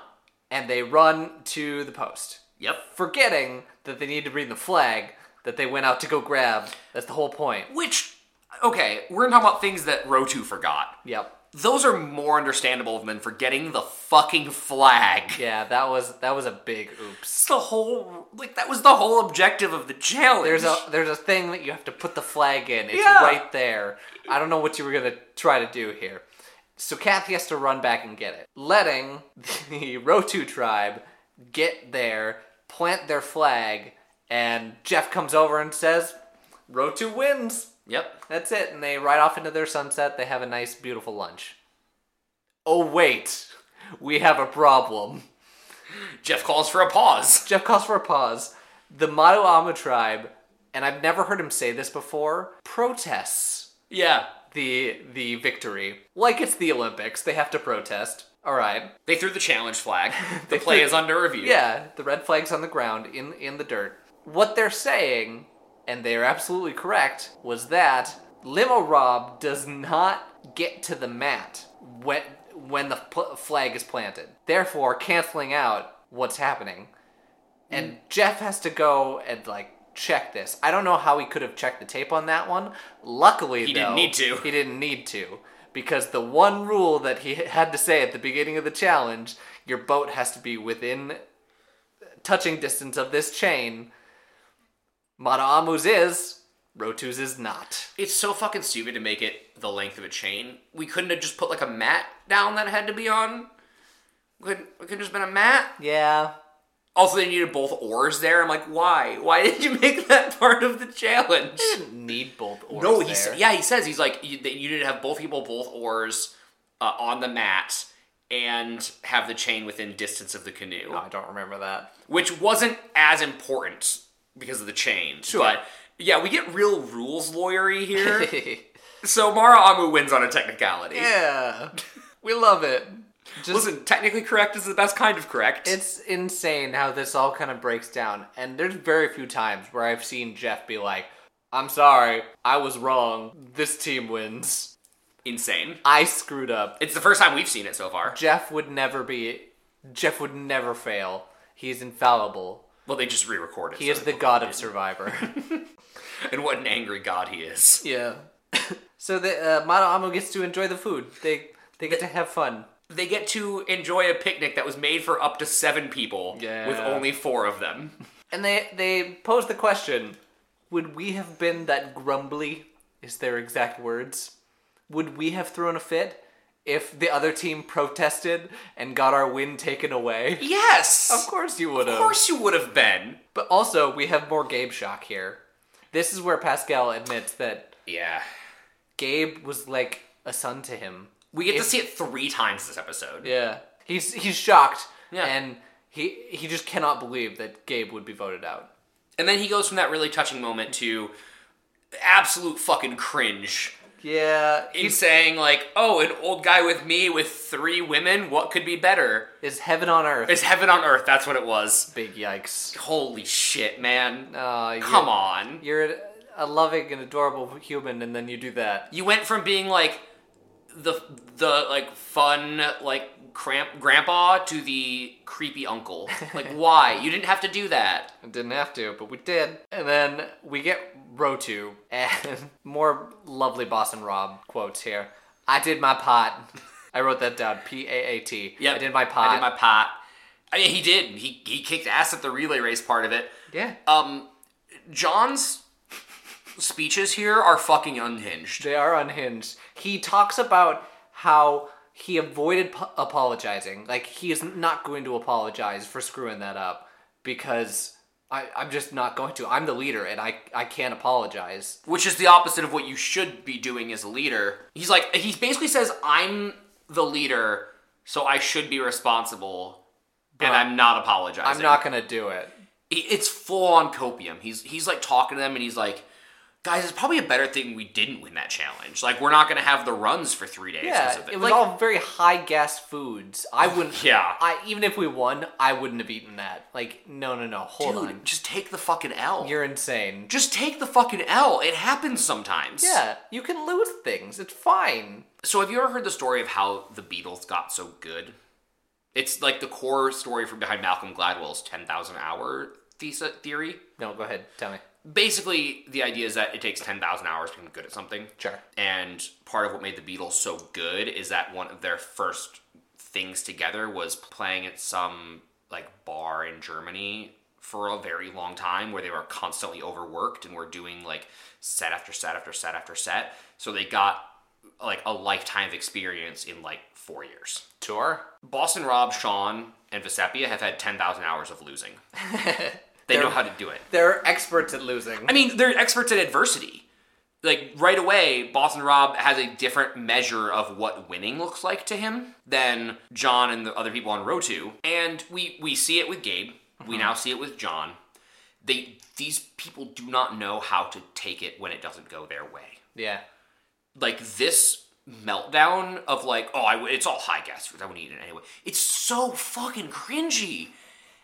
[SPEAKER 1] and they run to the post,
[SPEAKER 2] Yep.
[SPEAKER 1] forgetting that they need to read the flag that they went out to go grab. That's the whole point.
[SPEAKER 2] Which okay, we're gonna talk about things that Rotu forgot.
[SPEAKER 1] Yep.
[SPEAKER 2] Those are more understandable than forgetting the fucking flag.
[SPEAKER 1] Yeah, that was that was a big oops.
[SPEAKER 2] It's the whole like that was the whole objective of the challenge.
[SPEAKER 1] There's a there's a thing that you have to put the flag in. It's
[SPEAKER 2] Yeah.
[SPEAKER 1] right there. I don't know what you were gonna try to do here. So Kathy has to run back and get it, letting the Rotu tribe get there, plant their flag, and Jeff comes over and says, "Rotu wins."
[SPEAKER 2] Yep.
[SPEAKER 1] That's it, and they ride off into their sunset. They have a nice, beautiful lunch. Oh wait, we have a problem.
[SPEAKER 2] Jeff calls for a pause.
[SPEAKER 1] Jeff calls for a pause. The Madu Amu tribe, and I've never heard him say this before, protests
[SPEAKER 2] Yeah.
[SPEAKER 1] the the victory. Like it's the Olympics, they have to protest. All right.
[SPEAKER 2] They threw the challenge flag. The play is under review.
[SPEAKER 1] Yeah, the red flag's on the ground in in the dirt. What they're saying, and they are absolutely correct, was that Limo Rob does not get to the mat when when the pl- flag is planted. Therefore, canceling out what's happening. And Jeff has to go and like check this. I don't know how he could have checked the tape on that one. Luckily, he
[SPEAKER 2] didn't need to.
[SPEAKER 1] He didn't need to because the one rule that he had to say at the beginning of the challenge, your boat has to be within touching distance of this chain. Madaamu's is, Rotu's is not.
[SPEAKER 2] It's so fucking stupid to make it the length of a chain. We couldn't have just put like a mat down that it had to be on. Couldn't it could have just been a mat.
[SPEAKER 1] Yeah.
[SPEAKER 2] Also, they needed both oars there. I'm like, why? Why did you make that part of the challenge?
[SPEAKER 1] Didn't need both oars.
[SPEAKER 2] No, he
[SPEAKER 1] there.
[SPEAKER 2] sa- yeah, he says he's like you, that you need to have both people, both oars uh, on the mat, and have the chain within distance of the canoe.
[SPEAKER 1] I don't remember that.
[SPEAKER 2] which wasn't as important because of the change. Sure. But yeah, we get real rules lawyery here. so Mara Amu wins on a technicality.
[SPEAKER 1] yeah. We love it. Just
[SPEAKER 2] Listen, technically correct is the best kind of correct.
[SPEAKER 1] It's insane how this all kind of breaks down. And there's very few times where I've seen Jeff be like, I'm sorry, I was wrong. This team wins.
[SPEAKER 2] insane.
[SPEAKER 1] I screwed up.
[SPEAKER 2] It's the first time we've seen it so far.
[SPEAKER 1] Jeff would never be. Jeff would never fail. He's infallible.
[SPEAKER 2] Well, they just re-recorded.
[SPEAKER 1] He is the god of Survivor.
[SPEAKER 2] and what an angry god he is.
[SPEAKER 1] yeah. so the uh, Mata Amo gets to enjoy the food. They they get to have fun.
[SPEAKER 2] they get to enjoy a picnic that was made for up to seven people
[SPEAKER 1] Yeah.
[SPEAKER 2] with only four of them.
[SPEAKER 1] And they they pose the question: Would we have been that grumbly? Is their exact words? Would we have thrown a fit if the other team protested and got our win taken away?
[SPEAKER 2] Yes!
[SPEAKER 1] Of course you would have.
[SPEAKER 2] Of course you would have been.
[SPEAKER 1] But also, we have more Gabe shock here. This is where Pascal admits that
[SPEAKER 2] Yeah.
[SPEAKER 1] Gabe was like a son to him.
[SPEAKER 2] We get to see it three times this episode.
[SPEAKER 1] Yeah, he's he's shocked,
[SPEAKER 2] Yeah.
[SPEAKER 1] and he he just cannot believe that Gabe would be voted out.
[SPEAKER 2] And then he goes from that really touching moment to absolute fucking cringe.
[SPEAKER 1] Yeah,
[SPEAKER 2] He's saying, like, oh, an old guy with me with three women, what could be better?
[SPEAKER 1] is heaven on earth.
[SPEAKER 2] It's heaven on earth, that's what it was.
[SPEAKER 1] Big yikes!
[SPEAKER 2] Holy shit, man.
[SPEAKER 1] Uh, you're-
[SPEAKER 2] Come on.
[SPEAKER 1] You're a loving and adorable human, and then you do that.
[SPEAKER 2] You went from being like the the like fun like cramp grandpa to the creepy uncle. Like why? You didn't have to do that.
[SPEAKER 1] I didn't have to, but we did. And then we get row two, and more lovely Boston Rob quotes here. I did my pot. I wrote that down. P A A T.
[SPEAKER 2] Yeah,
[SPEAKER 1] I did my pot.
[SPEAKER 2] I did my pot. I mean, he did. He he kicked ass at the relay race part of it.
[SPEAKER 1] yeah.
[SPEAKER 2] Um, John's speeches here are fucking unhinged.
[SPEAKER 1] They are unhinged. He talks about how he avoided po- apologizing. Like he is not going to apologize for screwing that up because I, I'm just not going to. I'm the leader and I I can't apologize.
[SPEAKER 2] which is the opposite of what you should be doing as a leader. He's like, he basically says, I'm the leader, so I should be responsible, and I'm not apologizing.
[SPEAKER 1] I'm not going to do it.
[SPEAKER 2] He- It's full on copium. He's he's like talking to them, and he's like, guys, it's probably a better thing we didn't win that challenge. Like, we're not gonna have the runs for three days.
[SPEAKER 1] Yeah,
[SPEAKER 2] 'cause of
[SPEAKER 1] it was
[SPEAKER 2] Like,
[SPEAKER 1] all very high gas foods. I wouldn't.
[SPEAKER 2] Yeah.
[SPEAKER 1] I even if we won, I wouldn't have eaten that. Like no, no, no. Hold on.
[SPEAKER 2] dude, just take the fucking L.
[SPEAKER 1] You're insane.
[SPEAKER 2] just take the fucking L. It happens sometimes.
[SPEAKER 1] Yeah, you can lose things. It's fine.
[SPEAKER 2] So have you ever heard the story of how the Beatles got so good? It's like the core story from behind Malcolm Gladwell's 10,000 hour thesis theory.
[SPEAKER 1] No, go ahead. Tell me.
[SPEAKER 2] Basically, the idea is that it takes 10,000 hours to become good at something.
[SPEAKER 1] Sure.
[SPEAKER 2] And part of what made the Beatles so good is that one of their first things together was playing at some like bar in Germany for a very long time where they were constantly overworked and were doing like set after set after set after set. So they got like a lifetime of experience in like four years.
[SPEAKER 1] Sure.
[SPEAKER 2] Boston Rob, Sean, and Vesepia have had 10,000 hours of losing. they know how to do it.
[SPEAKER 1] They're experts at losing.
[SPEAKER 2] I mean, they're experts at adversity. Like right away, Boston Rob has a different measure of what winning looks like to him than John and the other people on row two. And we we see it with Gabe. We now see it with John. They these people do not know how to take it when it doesn't go their way
[SPEAKER 1] Yeah.
[SPEAKER 2] like this meltdown of like, oh, I w- it's all high gas foods. I wouldn't eat it anyway. It's so fucking cringy.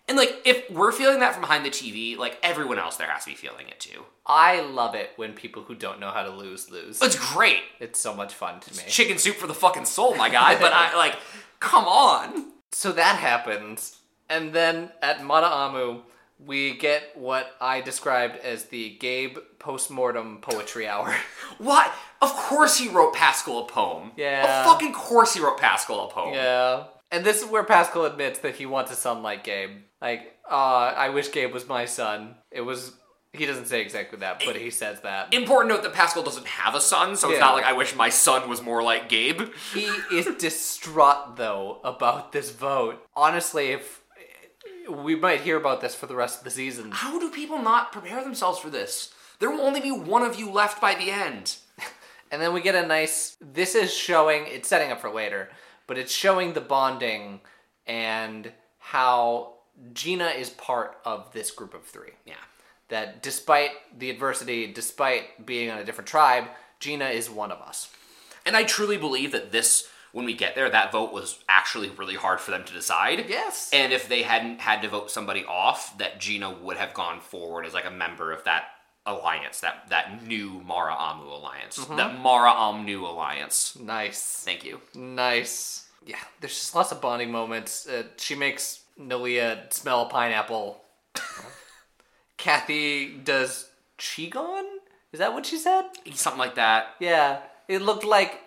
[SPEAKER 2] And like, if we're feeling that from behind the TV, like everyone else there has to be feeling it too.
[SPEAKER 1] I love it when people who don't know how to lose lose.
[SPEAKER 2] It's great.
[SPEAKER 1] It's so much fun to me.
[SPEAKER 2] Chicken soup for the fucking soul, my guy. But I like, come on.
[SPEAKER 1] So that happens. And then at Mata Amu, we get what I described as the Gabe postmortem poetry hour.
[SPEAKER 2] What? Of course he wrote Pascal a poem.
[SPEAKER 1] Yeah.
[SPEAKER 2] Of fucking course he wrote Pascal a poem.
[SPEAKER 1] yeah. And this is where Pascal admits that he wants a son like Gabe. Like, uh, I wish Gabe was my son. It was. He doesn't say exactly that, but he says that.
[SPEAKER 2] Important note that Pascal doesn't have a son, so it's
[SPEAKER 1] Yeah.
[SPEAKER 2] not like I wish my son was more like Gabe.
[SPEAKER 1] He is distraught though about this vote. Honestly, if we might hear about this for the rest of the season.
[SPEAKER 2] How do people not prepare themselves for this? There will only be one of you left by the end.
[SPEAKER 1] And then we get a nice this is showing it's setting up for later, but it's showing the bonding and how Gina is part of this group of 3.
[SPEAKER 2] Yeah.
[SPEAKER 1] That despite the adversity, despite being on a different tribe, Gina is one of us.
[SPEAKER 2] And I truly believe that this, when we get there, that vote was actually really hard for them to decide.
[SPEAKER 1] Yes.
[SPEAKER 2] And if they hadn't had to vote somebody off, that Gina would have gone forward as like a member of that alliance, that that new Mara Amu alliance,
[SPEAKER 1] Mm-hmm.
[SPEAKER 2] that Mara Amnu alliance.
[SPEAKER 1] Nice.
[SPEAKER 2] Thank you.
[SPEAKER 1] Nice. Yeah, there's just lots of bonding moments. Uh, she makes Nalia smell pineapple. Kathy does Qigong? Is that what she said?
[SPEAKER 2] Something like that.
[SPEAKER 1] Yeah. It looked like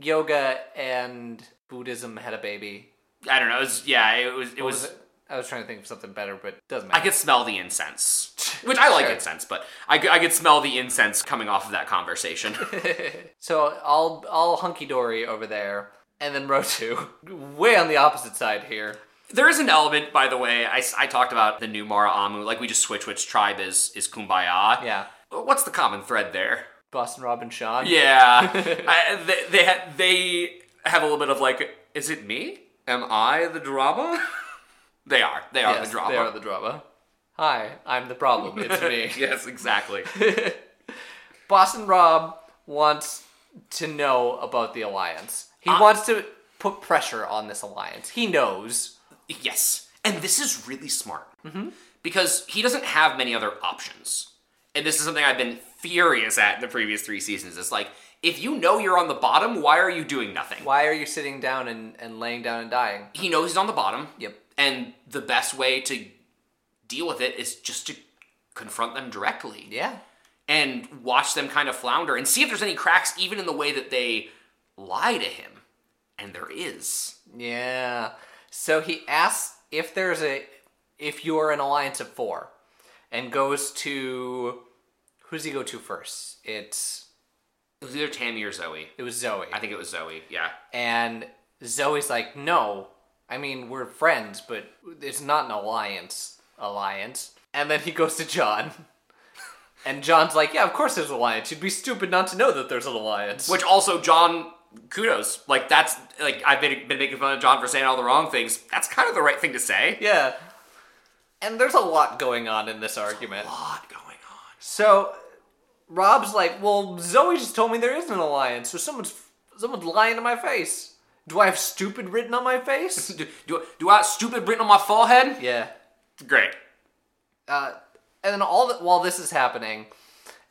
[SPEAKER 1] yoga and Buddhism had a baby.
[SPEAKER 2] I don't know. It was, yeah, it was. It
[SPEAKER 1] What
[SPEAKER 2] was.
[SPEAKER 1] was it? I was trying to think of something better, but it doesn't
[SPEAKER 2] I
[SPEAKER 1] matter.
[SPEAKER 2] could smell the incense, which I like
[SPEAKER 1] Sure.
[SPEAKER 2] incense, but I, could- I could smell the incense coming off of that conversation.
[SPEAKER 1] So all all hunky dory over there, and then row two, way on the opposite side here.
[SPEAKER 2] There is an element, by the way. I, I talked about the new Mara Amu. Like we just switch which tribe is is Kumbaya.
[SPEAKER 1] Yeah,
[SPEAKER 2] What's the common thread there?
[SPEAKER 1] Boston Robin Sean.
[SPEAKER 2] Yeah. I, they they, ha- they have a little bit of like, is it me? Am I the drama? they are. They are
[SPEAKER 1] Yes,
[SPEAKER 2] the drama.
[SPEAKER 1] They are the drama. Hi, I'm the problem. It's me.
[SPEAKER 2] yes, exactly.
[SPEAKER 1] Boston Rob wants to know about the alliance. He
[SPEAKER 2] Uh,
[SPEAKER 1] wants to put pressure on this alliance. He knows.
[SPEAKER 2] yes. And this is really smart
[SPEAKER 1] Mm-hmm.
[SPEAKER 2] because he doesn't have many other options. And this is something I've been furious at in the previous three seasons. It's like, if you know you're on the bottom, why are you doing nothing?
[SPEAKER 1] Why are you sitting down and, and laying down and dying?
[SPEAKER 2] he knows he's on the bottom.
[SPEAKER 1] Yep.
[SPEAKER 2] And the best way to deal with it is just to confront them directly
[SPEAKER 1] Yeah.
[SPEAKER 2] and watch them kind of flounder and see if there's any cracks even in the way that they lie to him. And there is.
[SPEAKER 1] Yeah. So he asks if there's a if you're an alliance of four, and goes to who does he go to first? It's
[SPEAKER 2] It was either Tammy or Zoe.
[SPEAKER 1] it was Zoe,
[SPEAKER 2] I think it was Zoe. Yeah.
[SPEAKER 1] and Zoe's like, no, I mean we're friends, but it's not an alliance. Alliance, and then he goes to John. And John's like, yeah, of course there's an alliance. You'd be stupid not to know that there's an alliance.
[SPEAKER 2] Which also John kudos. Like that's like I've been, been making fun of John for saying all the wrong things. That's kind of the right thing to say.
[SPEAKER 1] yeah. And there's a lot going on in this argument.
[SPEAKER 2] A lot going on.
[SPEAKER 1] So Rob's like, "Well, Zoe just told me there is an alliance, so someone's someone's lying to my face. Do I have stupid written on my face?"
[SPEAKER 2] Do, do, do I stupid written on my forehead?
[SPEAKER 1] yeah.
[SPEAKER 2] Great.
[SPEAKER 1] Uh, and then all the, while this is happening,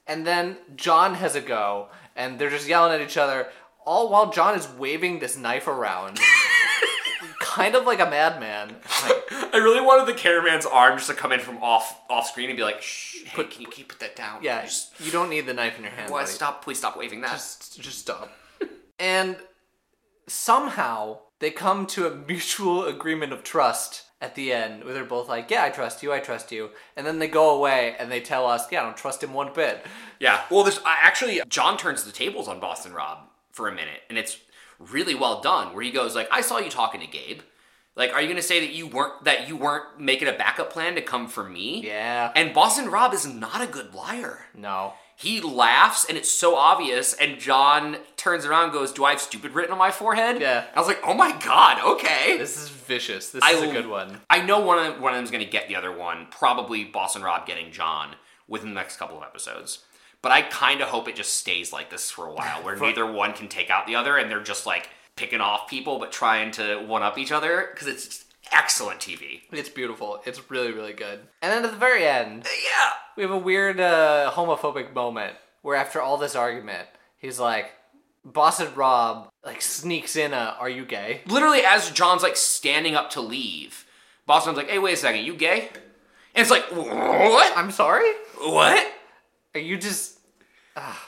[SPEAKER 1] and then John has a go, and they're just yelling at each other, all while John is waving this knife around, kind of like a madman. Like,
[SPEAKER 2] I really wanted the cameraman's arm just to come in from off off screen and be like, "Shh, hey, can you keep put that down?
[SPEAKER 1] yeah,
[SPEAKER 2] Just-
[SPEAKER 1] you don't need the knife in your hand.
[SPEAKER 2] why
[SPEAKER 1] buddy.
[SPEAKER 2] stop? Please stop waving that."
[SPEAKER 1] just just stop. and somehow they come to a mutual agreement of trust at the end where they're both like, "Yeah, I trust you. I trust you." And then they go away and they tell us, "Yeah, I don't trust him one bit."
[SPEAKER 2] yeah. Well, there's I- actually John turns the tables on Boston Rob for a minute, and it's really well done. Where he goes like, "I saw you talking to Gabe. Like, are you gonna say that you weren't that you weren't making a backup plan to come for me?"
[SPEAKER 1] Yeah.
[SPEAKER 2] And Boston Rob is not a good liar.
[SPEAKER 1] no.
[SPEAKER 2] He laughs, and it's so obvious. And John turns around, and goes, "Do I have stupid written on my forehead?"
[SPEAKER 1] Yeah.
[SPEAKER 2] I was like, "Oh my god, okay."
[SPEAKER 1] This is vicious. This
[SPEAKER 2] I
[SPEAKER 1] is a
[SPEAKER 2] will-
[SPEAKER 1] good one.
[SPEAKER 2] I know one of them, one of them's going to get the other one. Probably Boston Rob getting John within the next couple of episodes. But I kind of hope it just stays like this for a while, where neither one can take out the other, and they're just like picking off people but trying to one up each other because it's just excellent TV.
[SPEAKER 1] It's beautiful. It's really really good. And then at the very end,
[SPEAKER 2] Yeah.
[SPEAKER 1] we have a weird uh, homophobic moment where after all this argument, he's like, "Boston Rob like sneaks in a, "Are you gay?"
[SPEAKER 2] Literally, as John's like standing up to leave, Boston's like, "Hey, wait a second, you gay?" And it's like, "What?
[SPEAKER 1] I'm sorry?
[SPEAKER 2] What?"
[SPEAKER 1] Are you just. Ah.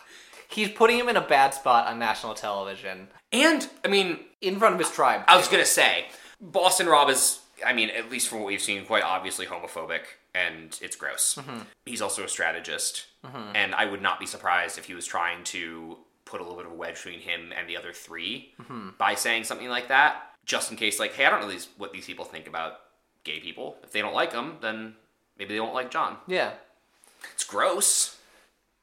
[SPEAKER 1] He's putting him in a bad spot on national television
[SPEAKER 2] And I mean,
[SPEAKER 1] in front of his tribe.
[SPEAKER 2] I was gonna say, Boston Rob is, I mean, at least from what we've seen, quite obviously homophobic, and it's gross.
[SPEAKER 1] Mm-hmm.
[SPEAKER 2] He's also a strategist, and I would not be surprised if he was trying to put a little bit of a wedge between him and the other 3
[SPEAKER 1] Mm-hmm.
[SPEAKER 2] by saying something like that, just in case, like, hey, I don't know these, what these people think about gay people. If they don't like him, then maybe they don't like John.
[SPEAKER 1] Yeah.
[SPEAKER 2] It's gross.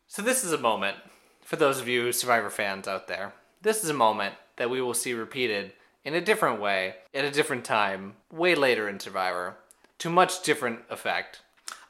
[SPEAKER 1] So, this is a moment, for those of you Survivor fans out there, this is a moment that we will see repeated in a different way, at a different time, way later in Survivor, to much different effect.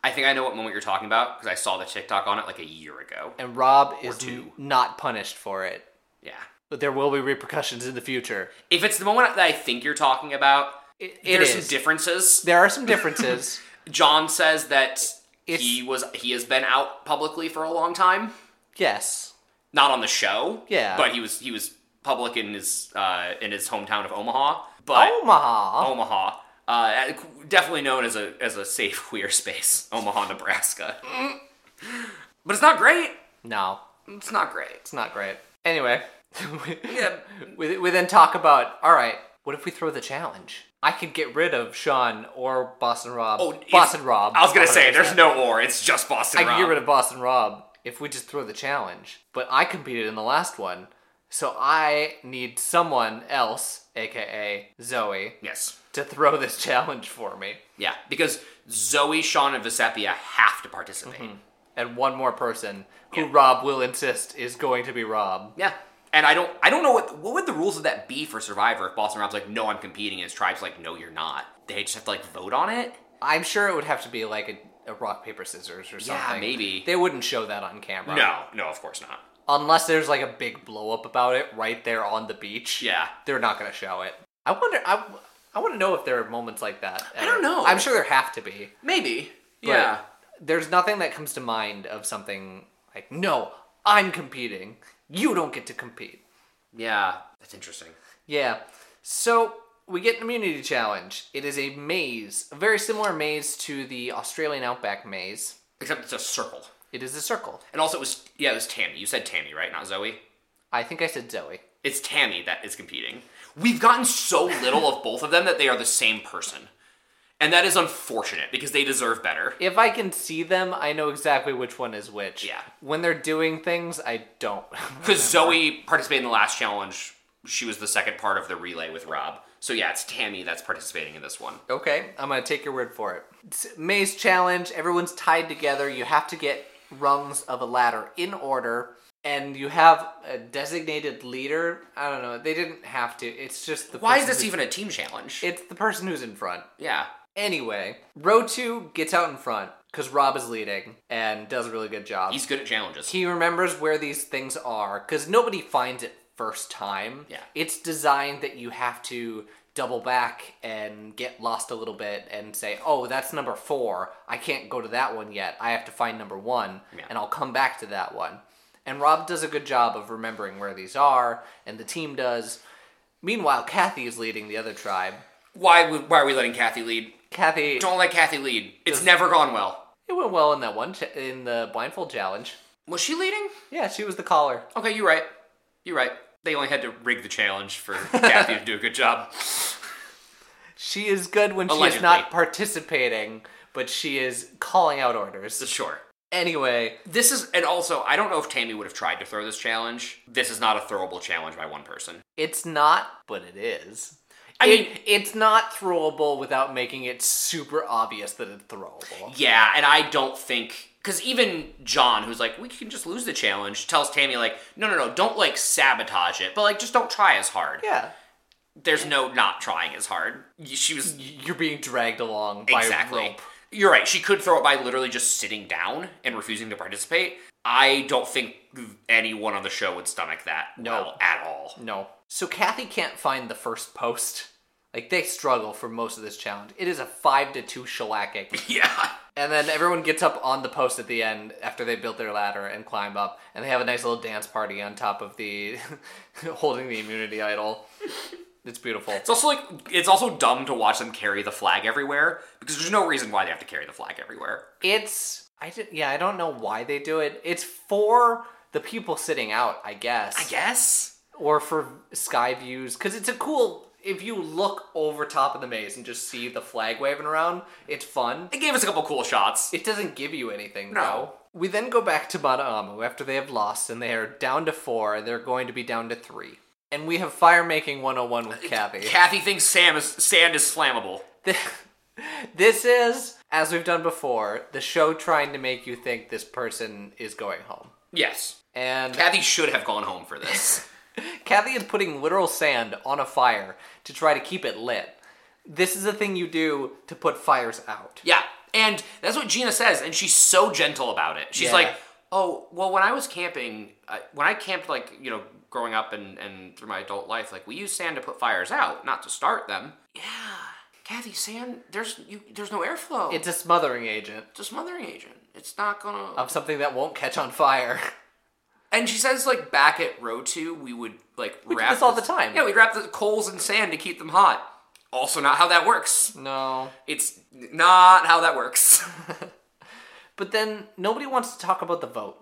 [SPEAKER 2] I think I know what moment you're talking about because I saw the TikTok on it like a year ago.
[SPEAKER 1] And Rob is
[SPEAKER 2] two.
[SPEAKER 1] not punished for it,
[SPEAKER 2] Yeah.
[SPEAKER 1] but there will be repercussions in the future.
[SPEAKER 2] If it's the moment that I think you're talking about,
[SPEAKER 1] It, it
[SPEAKER 2] there's
[SPEAKER 1] is.
[SPEAKER 2] some differences.
[SPEAKER 1] there are some differences.
[SPEAKER 2] John says that
[SPEAKER 1] It's-
[SPEAKER 2] he was he has been out publicly for a long time,
[SPEAKER 1] yes.
[SPEAKER 2] not on the show.
[SPEAKER 1] Yeah.
[SPEAKER 2] but he was he was public in his uh, in his hometown of Omaha, but
[SPEAKER 1] Oh. Omaha.
[SPEAKER 2] Omaha, uh, definitely known as a as a safe queer space, Omaha, Nebraska. but it's not great.
[SPEAKER 1] No,
[SPEAKER 2] It's not great.
[SPEAKER 1] it's not great. Anyway,
[SPEAKER 2] Yeah.
[SPEAKER 1] we, we then talk about all right what if we throw the challenge i could get rid of sean or boston rob
[SPEAKER 2] Oh, it's-
[SPEAKER 1] boston rob
[SPEAKER 2] I was gonna say
[SPEAKER 1] 100%.
[SPEAKER 2] there's no or. It's just Boston.
[SPEAKER 1] i could get
[SPEAKER 2] Rob.
[SPEAKER 1] rid of boston rob if we just throw the challenge but i competed in the last one so i need someone else aka zoe
[SPEAKER 2] yes.
[SPEAKER 1] to throw this challenge for me
[SPEAKER 2] Yeah, because Zoe, Sean, and Vesepia have to participate.
[SPEAKER 1] Mm-hmm. and one more person who
[SPEAKER 2] Yeah.
[SPEAKER 1] rob will insist is going to be rob
[SPEAKER 2] Yeah. And I don't I don't know what what would the rules of that be for Survivor if Boston Rob's like, no, I'm competing, and his tribe's like, no, you're not. They just have to like vote on it?
[SPEAKER 1] i'm sure it would have to be like a, a rock paper scissors or something
[SPEAKER 2] maybe.
[SPEAKER 1] they wouldn't show that on camera
[SPEAKER 2] No, no, of course not.
[SPEAKER 1] unless there's like a big blow up about it right there on the beach.
[SPEAKER 2] Yeah.
[SPEAKER 1] they're not gonna show it. I wonder. I I want to know if there are moments like that. I
[SPEAKER 2] don't know.
[SPEAKER 1] I'm sure there have to be.
[SPEAKER 2] Maybe.
[SPEAKER 1] but
[SPEAKER 2] Yeah.
[SPEAKER 1] there's nothing that comes to mind of something like no, I'm competing. You don't get to compete.
[SPEAKER 2] Yeah. That's interesting.
[SPEAKER 1] Yeah. So we get an immunity challenge. It is a maze, a very similar maze to the Australian Outback maze.
[SPEAKER 2] Except it's a circle.
[SPEAKER 1] It is a circle.
[SPEAKER 2] And also it was yeah, it was Tammy. You said Tammy, right? Not Zoe.
[SPEAKER 1] I think I said Zoe.
[SPEAKER 2] It's Tammy that is competing. We've gotten so little of both of them that they are the same person. And that is unfortunate because they deserve better.
[SPEAKER 1] if I can see them, I know exactly which one is which.
[SPEAKER 2] Yeah.
[SPEAKER 1] When they're doing things, I don't.
[SPEAKER 2] Because Zoe participated in the last challenge. She was the second part of the relay with Rob. So yeah, it's Tammy that's participating in this one.
[SPEAKER 1] okay, I'm gonna take your word for it. It's maze challenge. Everyone's tied together. You have to get rungs of a ladder in order, and you have a designated leader. I don't know. They didn't have to. It's just the.
[SPEAKER 2] Why is
[SPEAKER 1] person
[SPEAKER 2] this
[SPEAKER 1] who's-
[SPEAKER 2] even a team challenge?
[SPEAKER 1] It's the person who's in front.
[SPEAKER 2] yeah.
[SPEAKER 1] Anyway, row two gets out in front because Rob is leading and does a really good job.
[SPEAKER 2] He's good at challenges.
[SPEAKER 1] he remembers where these things are because nobody finds it first time.
[SPEAKER 2] Yeah.
[SPEAKER 1] It's designed that you have to double back and get lost a little bit and say, oh, that's number four. I can't go to that one yet. I have to find number one
[SPEAKER 2] Yeah.
[SPEAKER 1] and I'll come back to that one. And Rob does a good job of remembering where these are, and the team does. Meanwhile, Kathy is leading the other tribe.
[SPEAKER 2] why, would- why are we letting Kathy lead?
[SPEAKER 1] Kathy,
[SPEAKER 2] Don't let Kathy lead. It's never gone well.
[SPEAKER 1] it went well in that one cha- in the blindfold challenge.
[SPEAKER 2] Was she leading?
[SPEAKER 1] Yeah, she was the caller.
[SPEAKER 2] Okay, you're right. You're right. They only had to rig the challenge for Kathy to do a good job.
[SPEAKER 1] She is good when she is
[SPEAKER 2] Allegedly.
[SPEAKER 1] not participating, but she is calling out orders.
[SPEAKER 2] Sure.
[SPEAKER 1] Anyway,
[SPEAKER 2] This is, and also, I don't know if Tammy would have tried to throw this challenge. This is not a throwable challenge by one person.
[SPEAKER 1] it's not, but it is.
[SPEAKER 2] I
[SPEAKER 1] It-
[SPEAKER 2] mean-
[SPEAKER 1] it's not throwable without making it super obvious that it's throwable.
[SPEAKER 2] Yeah, and I don't think because even John, who's like, we can just lose the challenge, tells Tammy like, no, no, no, don't like sabotage it, but like just don't try as hard.
[SPEAKER 1] Yeah.
[SPEAKER 2] There's no not trying as hard. She was
[SPEAKER 1] You're being dragged along by
[SPEAKER 2] exactly.
[SPEAKER 1] rope.
[SPEAKER 2] You're right. She could throw it by literally just sitting down and refusing to participate. I don't think anyone on the show would stomach that
[SPEAKER 1] No.
[SPEAKER 2] well at all.
[SPEAKER 1] No. So Kathy can't find the first post. Like they struggle for most of this challenge. It is a five to two shellacking.
[SPEAKER 2] Yeah.
[SPEAKER 1] And then everyone gets up on the post at the end after they built their ladder and climb up, and they have a nice little dance party on top of the holding the immunity idol. It's beautiful.
[SPEAKER 2] It's also like it's also dumb to watch them carry the flag everywhere because there's no reason why they have to carry the flag everywhere.
[SPEAKER 1] It's I did, yeah I don't know why they do it. It's for the people sitting out, I guess,
[SPEAKER 2] I guess.
[SPEAKER 1] or for sky views because it's a cool. If you look over top of the maze and just see the flag waving around, it's fun.
[SPEAKER 2] It gave us a couple cool shots.
[SPEAKER 1] It doesn't give you anything,
[SPEAKER 2] No.
[SPEAKER 1] though. We then go back to Mataamu after they have lost, and they are down to four, and they're going to be down to three. And we have Fire Making 101 with Kathy.
[SPEAKER 2] Kathy thinks Sam is sand is flammable.
[SPEAKER 1] this is, as we've done before, the show trying to make you think this person is going home.
[SPEAKER 2] Yes.
[SPEAKER 1] And
[SPEAKER 2] Kathy should have gone home for this.
[SPEAKER 1] Kathy is putting literal sand on a fire to try to keep it lit. This is a thing you do to put fires out.
[SPEAKER 2] yeah. And that's what Gina says, and she's so gentle about it. She's
[SPEAKER 1] Yeah.
[SPEAKER 2] like, oh, well, when I was camping, I, when I camped, like, you know, growing up and, and through my adult life, like, we used sand to put fires out, not to start them. Yeah. Kathy, sand, there's you, there's no airflow.
[SPEAKER 1] It's Oh. a smothering agent
[SPEAKER 2] it's a smothering agent. It's not gonna.
[SPEAKER 1] of something that won't catch on fire.
[SPEAKER 2] And she says, like, back at row two, we would, like, we wrap.
[SPEAKER 1] this all the time.
[SPEAKER 2] Yeah, we wrap the coals in sand to keep them hot. Also, not how that works.
[SPEAKER 1] no.
[SPEAKER 2] It's not how that works.
[SPEAKER 1] But then nobody wants to talk about the vote.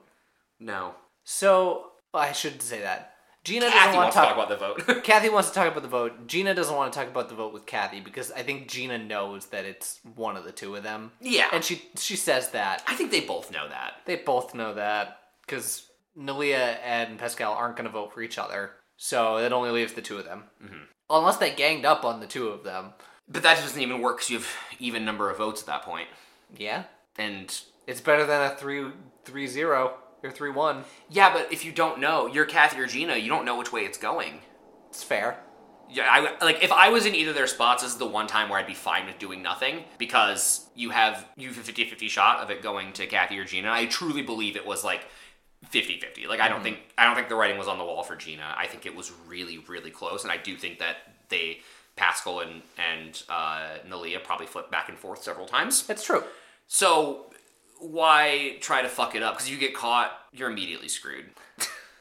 [SPEAKER 2] no.
[SPEAKER 1] So I should say that. Gina
[SPEAKER 2] Kathy
[SPEAKER 1] doesn't want
[SPEAKER 2] wants
[SPEAKER 1] to
[SPEAKER 2] to
[SPEAKER 1] talk.
[SPEAKER 2] talk about the vote.
[SPEAKER 1] Kathy wants to talk about the vote. Gina doesn't want to talk about the vote with Kathy because I think Gina knows that it's one of the two of them.
[SPEAKER 2] Yeah.
[SPEAKER 1] and she she says that
[SPEAKER 2] I think they both know that.
[SPEAKER 1] they both know that because Nalia and Pascal aren't going to vote for each other, so it only leaves the two of them. Mm-hmm. Unless they ganged up on the two of them.
[SPEAKER 2] But that doesn't even work because you have even number of votes at that point.
[SPEAKER 1] Yeah,
[SPEAKER 2] And
[SPEAKER 1] it's better than a three three zero or three one.
[SPEAKER 2] yeah, but if you don't know, you're Kathy or Gina, you don't know which way it's going.
[SPEAKER 1] It's fair.
[SPEAKER 2] Yeah, I, like if I was in either of their spots, this is the one time where I'd be fine with doing nothing because you have you have a 50 50 shot of it going to Kathy or Gina. I truly believe it was like 50 50. Like I don't think I don't think the writing was on the wall for Gina. I think it was really really close, and I do think that they Pascal and and uh, Nalia probably flipped back and forth several times.
[SPEAKER 1] It's true.
[SPEAKER 2] So why try to fuck it up? Because you get caught, you're immediately screwed.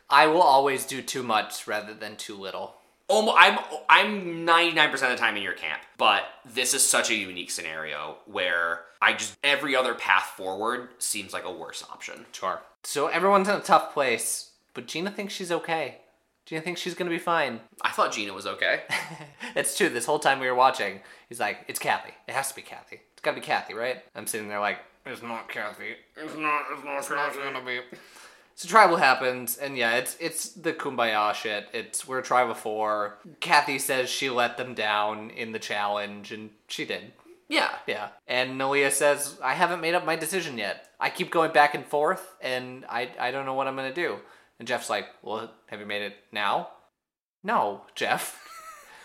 [SPEAKER 1] I will always do too much rather than too little.
[SPEAKER 2] Almost, I'm I'm 99% of the time in your camp, but this is such a unique scenario where I just every other path forward seems like a worse option.
[SPEAKER 1] Sure. So everyone's in a tough place, but Gina thinks she's okay. Gina thinks she's gonna be fine.
[SPEAKER 2] I thought Gina was okay.
[SPEAKER 1] It's true. This whole time we were watching, he's like, "It's Kathy. It has to be Kathy. It's gotta be Kathy, right?" I'm sitting there like, "It's not Kathy.
[SPEAKER 2] it's not it's not,
[SPEAKER 1] It's gonna be." So tribal happens, and yeah, it's it's the kumbaya shit. It's we're a tribe of four. Kathy says she let them down in the challenge, and she did.
[SPEAKER 2] Yeah.
[SPEAKER 1] Yeah. And Nalia says, I haven't made up my decision yet. I keep going back and forth, and I, I don't know what I'm going to do. And Jeff's like, Well, have you made it now? No, Jeff.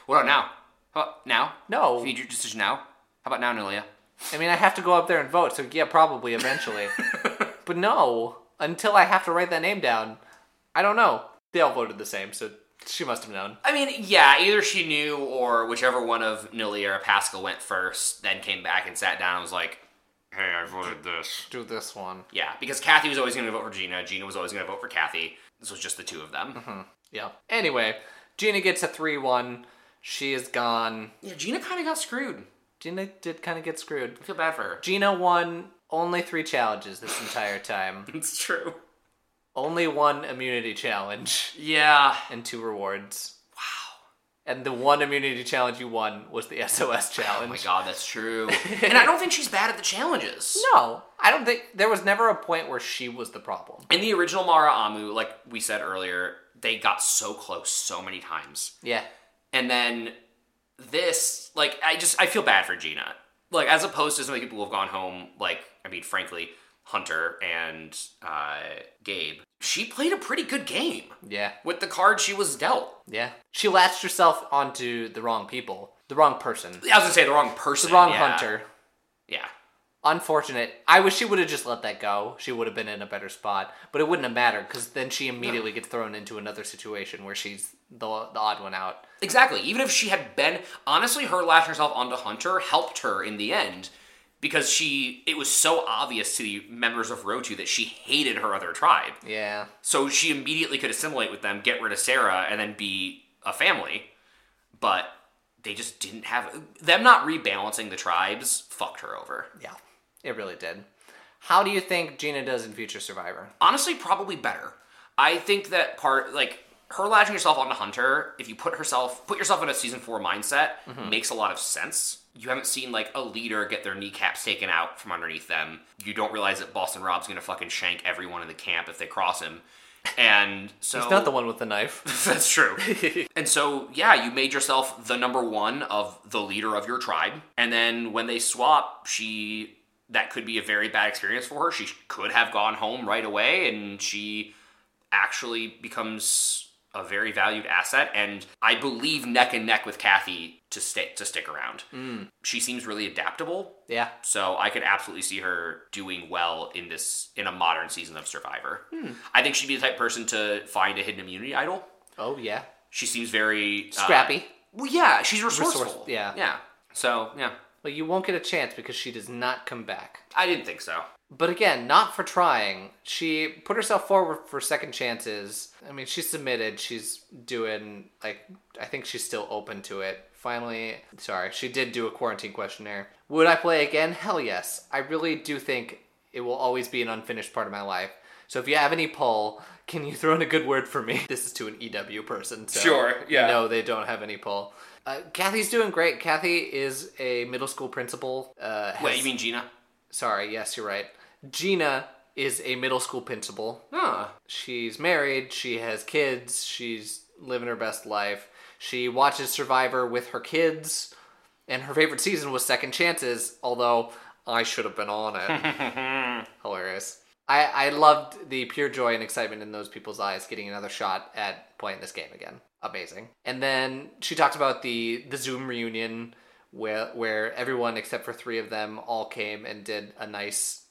[SPEAKER 2] What about now? How about now?
[SPEAKER 1] No.
[SPEAKER 2] You need your decision now? How about now, Nelia?
[SPEAKER 1] I mean, I have to go up there and vote, so yeah, probably eventually. but no, until I have to write that name down, I don't know. They all voted the same, so she must have known.
[SPEAKER 2] I mean, yeah, either she knew or whichever one of Nelia or Pascal went first, then came back and sat down and was like, Hey, I voted this.
[SPEAKER 1] Do this one.
[SPEAKER 2] Yeah, because Kathy was always going to vote for Gina. Gina was always going to vote for Kathy. This was just the two of them.
[SPEAKER 1] Yeah. Anyway, Gina gets a 3 1. She is gone.
[SPEAKER 2] Yeah, Gina kind of got screwed.
[SPEAKER 1] Gina did kind of get screwed.
[SPEAKER 2] I feel bad for her.
[SPEAKER 1] Gina won only three challenges this entire time.
[SPEAKER 2] It's true.
[SPEAKER 1] only one immunity challenge
[SPEAKER 2] Yeah.
[SPEAKER 1] and two rewards. Wow. And the one immunity challenge you won was the SOS
[SPEAKER 2] Oh my
[SPEAKER 1] challenge.
[SPEAKER 2] god, that's true. and I don't think she's bad at the challenges.
[SPEAKER 1] no, I don't think there was never a point where she was the problem.
[SPEAKER 2] In the original Mara Amu, like we said earlier, they got so close so many times.
[SPEAKER 1] Yeah.
[SPEAKER 2] And then this, like, I just, I feel bad for Gina. Like, as opposed to some of the people who have gone home, like, I mean, frankly, Hunter and uh, Gabe, she played a pretty good game
[SPEAKER 1] Yeah.
[SPEAKER 2] with the card she was dealt.
[SPEAKER 1] Yeah. She latched herself onto the wrong people, the wrong person,
[SPEAKER 2] I was gonna say the wrong person.
[SPEAKER 1] the wrong
[SPEAKER 2] yeah.
[SPEAKER 1] hunter.
[SPEAKER 2] Yeah.
[SPEAKER 1] Unfortunate. I wish she would have just let that go. She would have been in a better spot, but it wouldn't have mattered because then she immediately gets thrown into another situation where she's the, the odd one out.
[SPEAKER 2] Exactly. Even if she had been honestly, her lashing herself onto Hunter helped her in the end because she it was so obvious to the members of Row 2 that she hated her other tribe.
[SPEAKER 1] Yeah.
[SPEAKER 2] So she immediately could assimilate with them, get rid of Sarah, and then be a family. But they just didn't have them not rebalancing the tribes fucked her over.
[SPEAKER 1] Yeah, it really did. How do you think Gina does in Future Survivor?
[SPEAKER 2] honestly probably better i think that part like her latching herself onto hunter if you put herself put yourself in a season four mindset
[SPEAKER 1] Mm-hmm.
[SPEAKER 2] makes a lot of sense you haven't seen like a leader get their kneecaps taken out from underneath them you don't realize that boston rob's gonna fucking shank everyone in the camp if they cross him and so
[SPEAKER 1] He's not the one with the knife.
[SPEAKER 2] that's true. and so, yeah, you made yourself the number one of the leader of your tribe. And then when they swap, she that could be a very bad experience for her. She could have gone home right away, and she actually becomes a very valued asset. And I believe neck and neck with Kathy to stay to stick around. She seems really adaptable.
[SPEAKER 1] yeah,
[SPEAKER 2] So I could absolutely see her doing well in this in a modern season of Survivor. I think she'd be the type of person to find a hidden immunity idol.
[SPEAKER 1] oh yeah,
[SPEAKER 2] She seems very uh,
[SPEAKER 1] scrappy.
[SPEAKER 2] well, yeah, she's resourceful.
[SPEAKER 1] Resource- yeah.
[SPEAKER 2] yeah. So yeah,
[SPEAKER 1] well, you won't get a chance because she does not come back.
[SPEAKER 2] I didn't think so.
[SPEAKER 1] But again, not for trying. She put herself forward for second chances. I mean, she submitted. She's doing like I think she's still open to it. Finally, sorry, she did do a quarantine questionnaire. Would I play again? Hell yes. I really do think it will always be an unfinished part of my life. So if you have any pull, can you throw in a good word for me? This is to an EW person. So
[SPEAKER 2] Sure, yeah.
[SPEAKER 1] No, they don't have any pull. Uh, Kathy's doing great. Kathy is a middle school principal. Uh, has-
[SPEAKER 2] Wait, you mean Gina?
[SPEAKER 1] Sorry, yes, you're right. Gina is a middle school principal.
[SPEAKER 2] Huh.
[SPEAKER 1] She's married, she has kids, she's living her best life. She watches Survivor with her kids, and her favorite season was Second Chances, although I should have been on it. Hilarious. I, I loved the pure joy and excitement in those people's eyes getting another shot at playing this game again. Amazing. And then she talks about the, the Zoom reunion where where everyone except for three of them all came and did a nice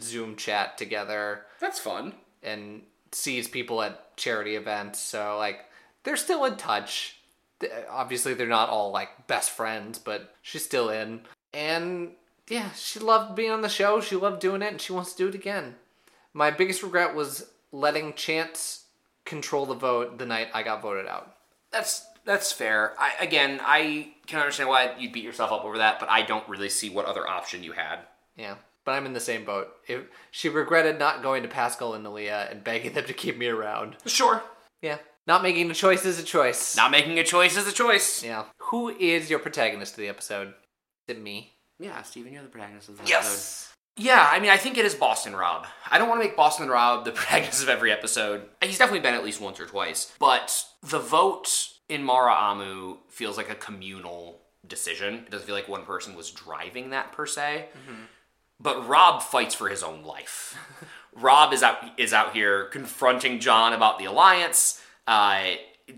[SPEAKER 1] Zoom chat together
[SPEAKER 2] That's fun.
[SPEAKER 1] and sees people at charity events. So like they're still in touch. Th- Obviously they're not all like best friends, but she's still in. And yeah, she loved being on the show. She loved doing it and she wants to do it again. My biggest regret was letting chance control the vote the night I got voted out.
[SPEAKER 2] That's that's fair. I, again, I can understand why you'd beat yourself up over that, but I don't really see what other option you had.
[SPEAKER 1] Yeah. But I'm in the same boat. If she regretted not going to Pascal and Nalia and begging them to keep me around.
[SPEAKER 2] Sure.
[SPEAKER 1] Yeah. Not making a choice is a choice.
[SPEAKER 2] Not making a choice is a choice.
[SPEAKER 1] Yeah. Who is your protagonist of the episode? Is it me?
[SPEAKER 2] Yeah, Steven, you're the protagonist of this episode. Yeah, I mean, I think it is Boston Rob. I don't want to make Boston Rob the protagonist of every episode. He's definitely been at least once or twice. But the vote in Mara Amu feels like a communal decision. It doesn't feel like one person was driving that per se. But Rob fights for his own life. Rob is out is out here confronting John about the alliance, uh,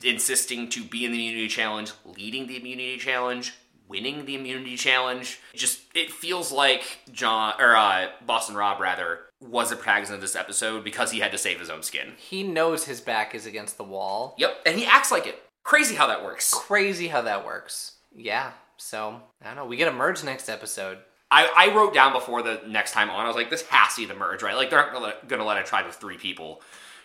[SPEAKER 2] insisting to be in the immunity challenge, leading the immunity challenge, winning the immunity challenge. Just it feels like John or uh, Boston Rob rather was a protagonist of this episode because he had to save his own skin.
[SPEAKER 1] He knows his back is against the wall.
[SPEAKER 2] Yep, and he acts like it. Crazy how that works.
[SPEAKER 1] Crazy how that works. Yeah. So, I don't know. We get a merge next episode.
[SPEAKER 2] I, I wrote down before the next time on, I was like, this has to be the merge, right? Like, they're not gonna let, gonna let a tribe of three people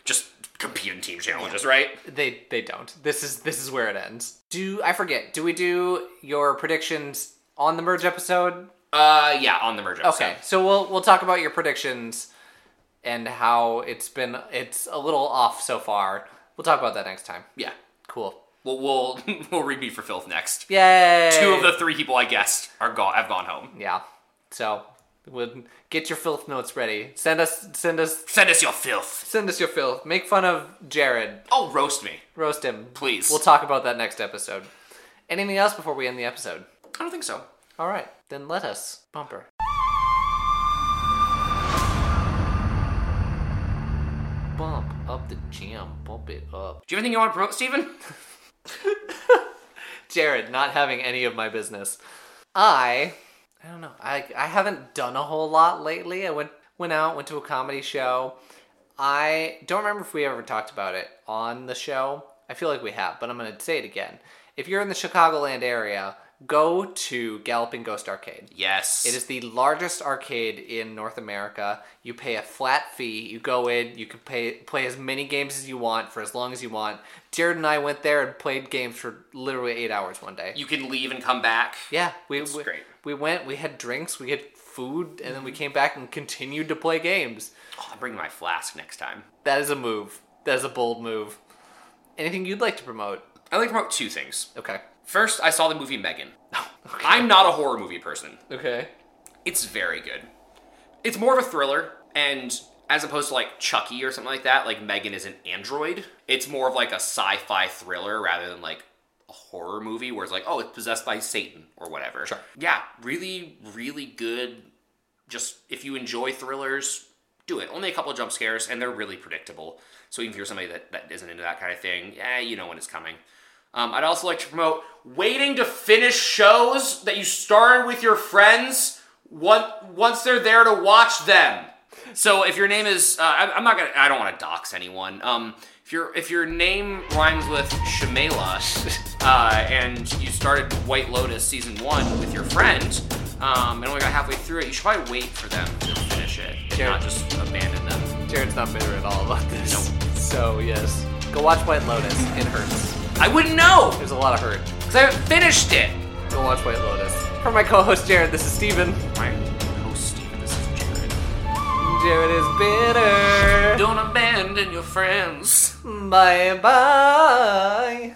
[SPEAKER 2] just compete in team challenges, right?
[SPEAKER 1] They they don't. This is this is where it ends. Do I forget? Do we do your predictions on the merge episode?
[SPEAKER 2] Uh, yeah, on the merge episode.
[SPEAKER 1] Okay. So we'll we'll talk about your predictions and how it's been it's a little off so far. We'll talk about that next time.
[SPEAKER 2] Yeah.
[SPEAKER 1] Cool.
[SPEAKER 2] We'll, we'll, we'll read me for filth next.
[SPEAKER 1] Yay!
[SPEAKER 2] Two of the three people I guessed are gone, have gone home.
[SPEAKER 1] Yeah. So, we'll get your filth notes ready. Send us send us
[SPEAKER 2] Send us your filth.
[SPEAKER 1] send us your filth. Make fun of Jared.
[SPEAKER 2] Oh, roast me.
[SPEAKER 1] Roast him.
[SPEAKER 2] Please.
[SPEAKER 1] We'll talk about that next episode. Anything else before we end the episode?
[SPEAKER 2] I don't think so.
[SPEAKER 1] All right. Then let us bumper. Bump up the jam. Bump it up.
[SPEAKER 2] Do you have anything you want to promote, Steven?
[SPEAKER 1] Jared not having any of my business. I I don't know. I I haven't done a whole lot lately. I went went out, went to a comedy show. I don't remember if we ever talked about it on the show. I feel like we have, but I'm going to say it again. If you're in the Chicagoland area, go to Galloping Ghost Arcade.
[SPEAKER 2] Yes.
[SPEAKER 1] It is the largest arcade in North America. You pay a flat fee. You go in. You can pay, play as many games as you want for as long as you want. Jared and I went there and played games for literally eight hours one day.
[SPEAKER 2] You can leave and come back.
[SPEAKER 1] yeah, we we,
[SPEAKER 2] great.
[SPEAKER 1] we went. We had drinks. We had food, and then we came back and continued to play games.
[SPEAKER 2] Oh, I'll bring my flask next time.
[SPEAKER 1] That is a move. That is a bold move. Anything you'd like to promote?
[SPEAKER 2] I like to promote two things.
[SPEAKER 1] Okay.
[SPEAKER 2] First, I saw the movie Megan. I'm not a horror movie person.
[SPEAKER 1] Okay.
[SPEAKER 2] It's very good. It's more of a thriller, and as opposed to like Chucky or something like that, like Megan is an android. It's more of like a sci-fi thriller rather than like a horror movie where it's like, oh, it's possessed by Satan or whatever.
[SPEAKER 1] Sure.
[SPEAKER 2] Yeah, really, really good. Just if you enjoy thrillers, do it. Only a couple of jump scares, and they're really predictable. So even if you're somebody that, that isn't into that kind of thing, yeah, you know when it's coming. Um, I'd also like to promote waiting to finish shows that you started with your friends once once they're there to watch them. So if your name is, uh, I, I'm not gonna, I don't want to dox anyone. Um, if your if your name rhymes with Shamela, uh, and you started White Lotus season one with your friend, um, and only got halfway through it, you should probably wait for them to finish it, and
[SPEAKER 1] Sure.
[SPEAKER 2] not just abandon them.
[SPEAKER 1] Jared's not bitter at all about this. So yes, go watch White Lotus. It hurts.
[SPEAKER 2] I wouldn't know
[SPEAKER 1] There's a lot of hurt.
[SPEAKER 2] because I haven't finished it.
[SPEAKER 1] Go watch White Lotus. For my co-host Jared, this is Steven.
[SPEAKER 2] My host Steven, this is Jared.
[SPEAKER 1] Enjoy Jared is bitter.
[SPEAKER 2] Don't abandon your friends.
[SPEAKER 1] Bye bye.